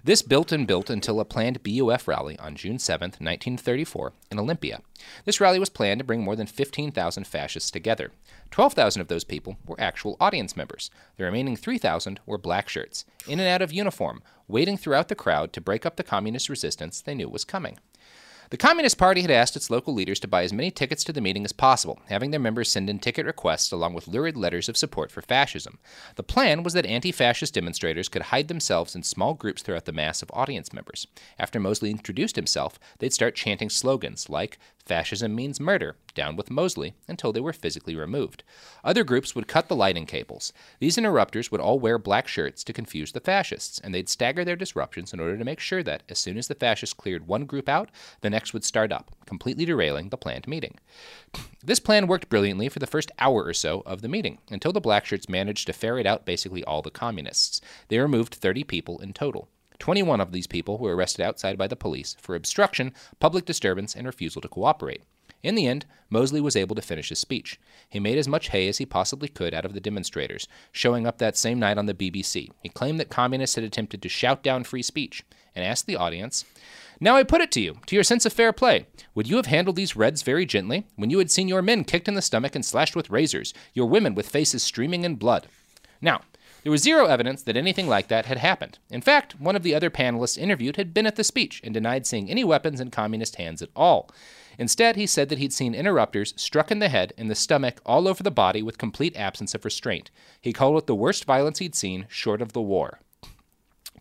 This built and built until a planned BUF rally on June 7, 1934, in Olympia. This rally was planned to bring more than 15,000 fascists together. 12,000 of those people were actual audience members. The remaining 3,000 were blackshirts, in and out of uniform, waiting throughout the crowd to break up the communist resistance they knew was coming. The Communist Party had asked its local leaders to buy as many tickets to the meeting as possible, having their members send in ticket requests along with lurid letters of support for fascism. The plan was that anti fascist demonstrators could hide themselves in small groups throughout the mass of audience members. After Mosley introduced himself, they'd start chanting slogans like, Fascism means murder, down with Mosley, until they were physically removed. Other groups would cut the lighting cables. These interrupters would all wear black shirts to confuse the fascists, and they'd stagger their disruptions in order to make sure that, as soon as the fascists cleared one group out, the next would start up, completely derailing the planned meeting. This plan worked brilliantly for the first hour or so of the meeting, until the blackshirts managed to ferret out basically all the communists. They removed 30 people in total. 21 of these people were arrested outside by the police for obstruction, public disturbance, and refusal to cooperate. In the end, Mosley was able to finish his speech. He made as much hay as he possibly could out of the demonstrators, showing up that same night on the BBC. He claimed that communists had attempted to shout down free speech and asked the audience, now I put it to you, to your sense of fair play. Would you have handled these Reds very gently when you had seen your men kicked in the stomach and slashed with razors, your women with faces streaming in blood? Now, there was zero evidence that anything like that had happened. In fact, one of the other panelists interviewed had been at the speech and denied seeing any weapons in communist hands at all. Instead, he said that he'd seen interrupters struck in the head, in the stomach, all over the body with complete absence of restraint. He called it the worst violence he'd seen, short of the war.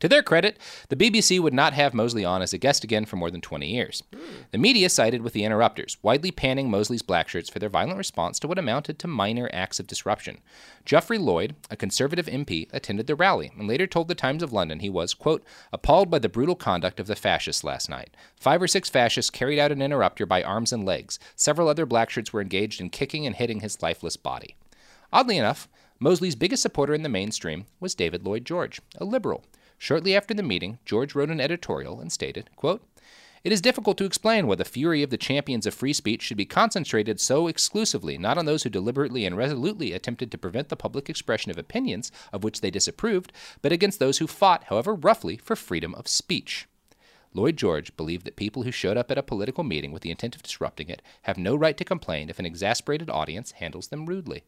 To their credit, the BBC would not have Mosley on as a guest again for more than 20 years. The media sided with the interrupters, widely panning Mosley's blackshirts for their violent response to what amounted to minor acts of disruption. Geoffrey Lloyd, a conservative MP, attended the rally and later told the Times of London he was, quote, appalled by the brutal conduct of the fascists last night. Five or six fascists carried out an interrupter by arms and legs. Several other blackshirts were engaged in kicking and hitting his lifeless body. Oddly enough, Mosley's biggest supporter in the mainstream was David Lloyd George, a liberal. Shortly after the meeting, George wrote an editorial and stated, quote, It is difficult to explain why the fury of the champions of free speech should be concentrated so exclusively not on those who deliberately and resolutely attempted to prevent the public expression of opinions of which they disapproved, but against those who fought, however roughly, for freedom of speech. Lloyd George believed that people who showed up at a political meeting with the intent of disrupting it have no right to complain if an exasperated audience handles them rudely.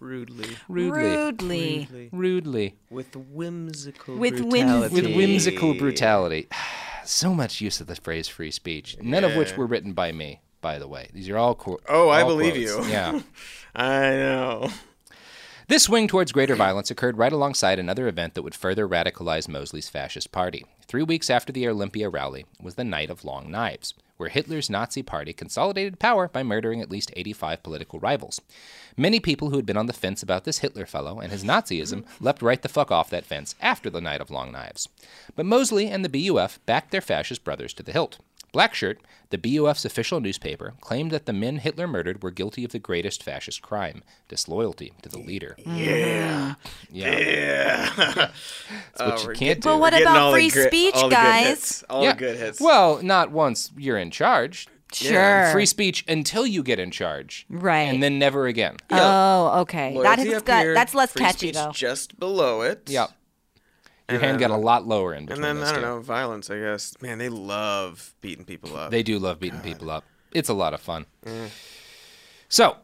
Rudely.
Rudely.
Rudely. Rudely.
With whimsical
With whims-
brutality.
With whimsical brutality. [sighs] so much use of the phrase free speech, none of which
Yeah.
were written by me, by the way. These are all. Qu-
Oh, I
all
believe
quotes.
you. [laughs]
Yeah.
I know.
This swing towards greater violence occurred right alongside another event that would further radicalize Mosley's fascist party. Three weeks after the Olympia rally was the Night of Long Knives, where Hitler's Nazi party consolidated power by murdering at least 85 political rivals. Many people who had been on the fence about this Hitler fellow and his Nazism leapt right the fuck off that fence after the Night of Long Knives. But Mosley and the BUF backed their fascist brothers to the hilt. Blackshirt, the BUF's official newspaper, claimed that the men Hitler murdered were guilty of the greatest fascist crime disloyalty to the leader.
Yeah.
Yeah.
Yeah.
That's what you can't do.
But what
We're getting
about
all the
free
gri-
speech,
all the good
guys?
hits. All
Yeah.
the good hits.
Well, not once you're in charge.
Yeah. Sure.
Free speech until you get in charge.
Right.
And then never again.
Oh, okay. That
Loyalty
is
up
got-
here,
that's less
free
catchy
speech
though.
Just below it.
Yep. Your
And
hand
then-
got a lot lower in
And
between
then
those
I don't
two.
know, violence. I guess. Man, they love beating people up.
They do love beating people up. It's a lot of fun. So,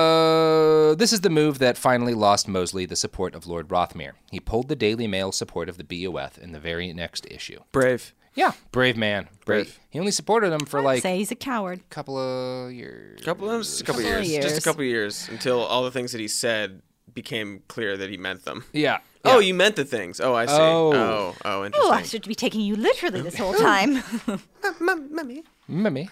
uh, this is the move that finally lost Mosley the support of Lord Rothmere. He pulled the Daily Mail support of the BOF in the very next issue.
Brave.
Yeah, brave man. Brave. He only supported him for like
Say he's a coward.
Couple of years.
Couple of just a couple,
Couple of
years. Just
years.
a couple years until all the things that he said became clear that he meant them.
Yeah.
Oh, you meant the things. Oh, I see.
Oh.
Oh, oh,
Oh, I
interesting.
should be taking you literally this
[laughs]
whole time.
Mummy.
Mummy.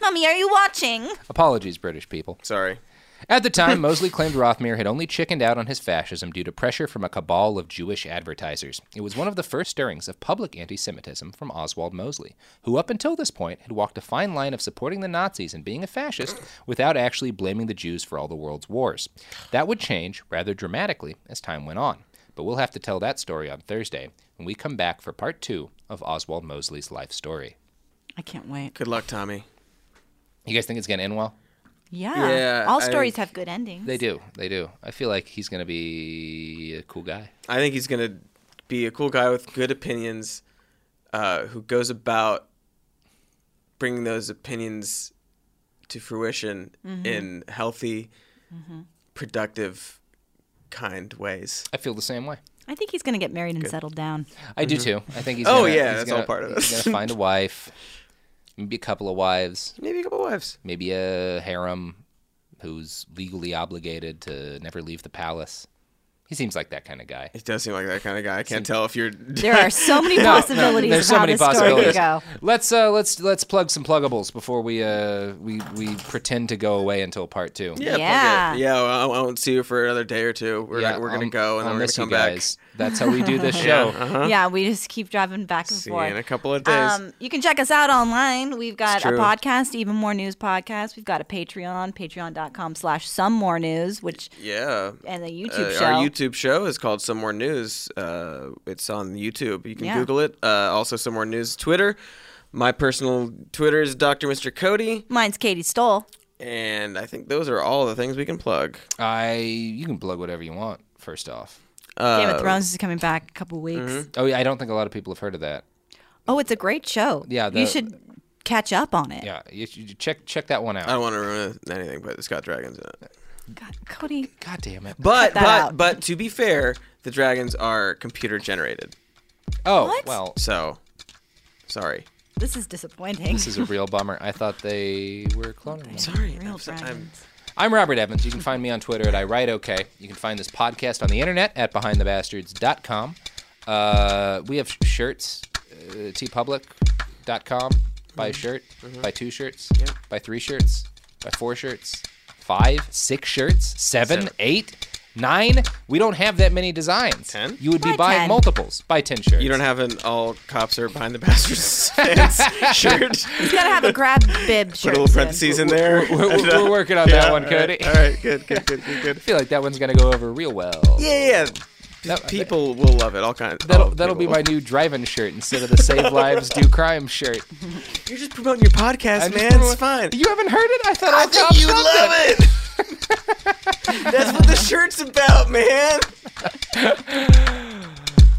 Mummy, are you watching?
Apologies, British people.
Sorry.
At the time, Mosley claimed Rothmere had only chickened out on his fascism due to pressure from a cabal of Jewish advertisers. It was one of the first stirrings of public anti Semitism from Oswald Mosley, who up until this point had walked a fine line of supporting the Nazis and being a fascist without actually blaming the Jews for all the world's wars. That would change rather dramatically as time went on. But we'll have to tell that story on Thursday when we come back for part two of Oswald Mosley's life story.
I can't wait.
Good luck, Tommy.
You guys think it's going to end well?
Yeah.
Yeah,
All
I-
stories have good endings.
They do. They do. I feel like he's going to be a cool guy.
I think he's gonna be a cool guy with good opinions, uh, who goes about bringing those opinions to fruition
Mm-hmm.
Mhm.
in healthy, productive, kind ways.
I feel the same way.
I think he's going to get married and
Good.
settle
[laughs]
down.
I do too. I think he's.
Oh,
gonna,
yeah,
he's
that's
gonna,
all part of
He's
it.
gonna find a wife, maybe a couple of wives,
Maybe a couple wives.
maybe a harem who's legally obligated to never leave the palace. He seems like that kind of guy.
He does seem like that kind of guy. I can't tell if
[laughs]
you're.
There are so many possibilities
there's
of
so
how
many
this story
possibilities.
could go.
Let's uh, let's let's plug some pluggables before we uh, we we pretend to go away until part two.
[laughs] Yeah, plug it.
Yeah.
yeah. well, I I won't see you for another day or two. We're
Yeah,
gonna, we're
I'll-
gonna go and
I'll
then we're
miss
gonna
you
come
guys.
back.
That's how we do
[laughs]
this
Yeah,
show.
uh-huh.
Yeah, we just keep driving back and
See you
forth.
in a couple of days.
Um, you can check us out online. We've got
It's
a
true.
podcast, Even More News podcast. We've got a Patreon, patreon.com slash some more news, which
Yeah.
And the YouTube
Uh,
show.
Our YouTube show is called Some More News. Uh, it's on YouTube. You can
Yeah.
Google it. Uh, also, Some More News Twitter. My personal Twitter is Dr. Mr. Cody.
mine's Katie Stoll.
And I think those are all the things we can plug.
I you can plug whatever you want. First off,
Game
Uh,
of Thrones is coming back a couple weeks.
mm-hmm.
Oh yeah, I don't think a lot of people have heard of that.
Oh, it's a great show.
Yeah, the-
you should catch up on it.
Yeah, you, you check check that one out.
I don't want to ruin anything, but it's got dragons in it.
Cody,
God damn it!
But
that
but
out.
but to be fair, the dragons are computer generated.
Oh well,
So sorry.
this is disappointing.
this is a real bummer. I thought they were cloning them.
Sorry.
Real dragons.
I'm Robert Evans. You can find me on Twitter at I write okay. You can find this podcast on the internet at behindthebastards.com. Uh, we have sh- shirts, uh, tpublic.com. Buy a shirt, buy two shirts, buy three shirts, buy four shirts, five, six shirts, seven,
Seven.
eight, nine. We don't have that many designs. Ten? You would be
Buy
buying
10.
multiples. Buy ten shirts.
You
[laughs]
don't have an all cops are behind the bastards [laughs] fans
[laughs]
shirt.
He's got to have a grab bib
Put
shirt.
a little parentheses in there.
We're,
[laughs]
we're- we're working on
Yeah,
that one,
all
Cody.
right, all right, good, good, good, good, good.
I feel like that one's going to go over real well.
Yeah, yeah.
That-
People will love it. All kinds.
Oh, That'll, that'll be my new driving shirt instead of the
[laughs]
Save Lives Do Crime shirt.
You're just promoting your podcast,
I'm just
man. It's
promoting-
fine.
You haven't heard it? I thought
I think you love it.
[laughs]
That's what the shirt's about, man.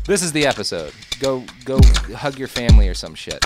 This is the episode. Go go hug your family or some shit.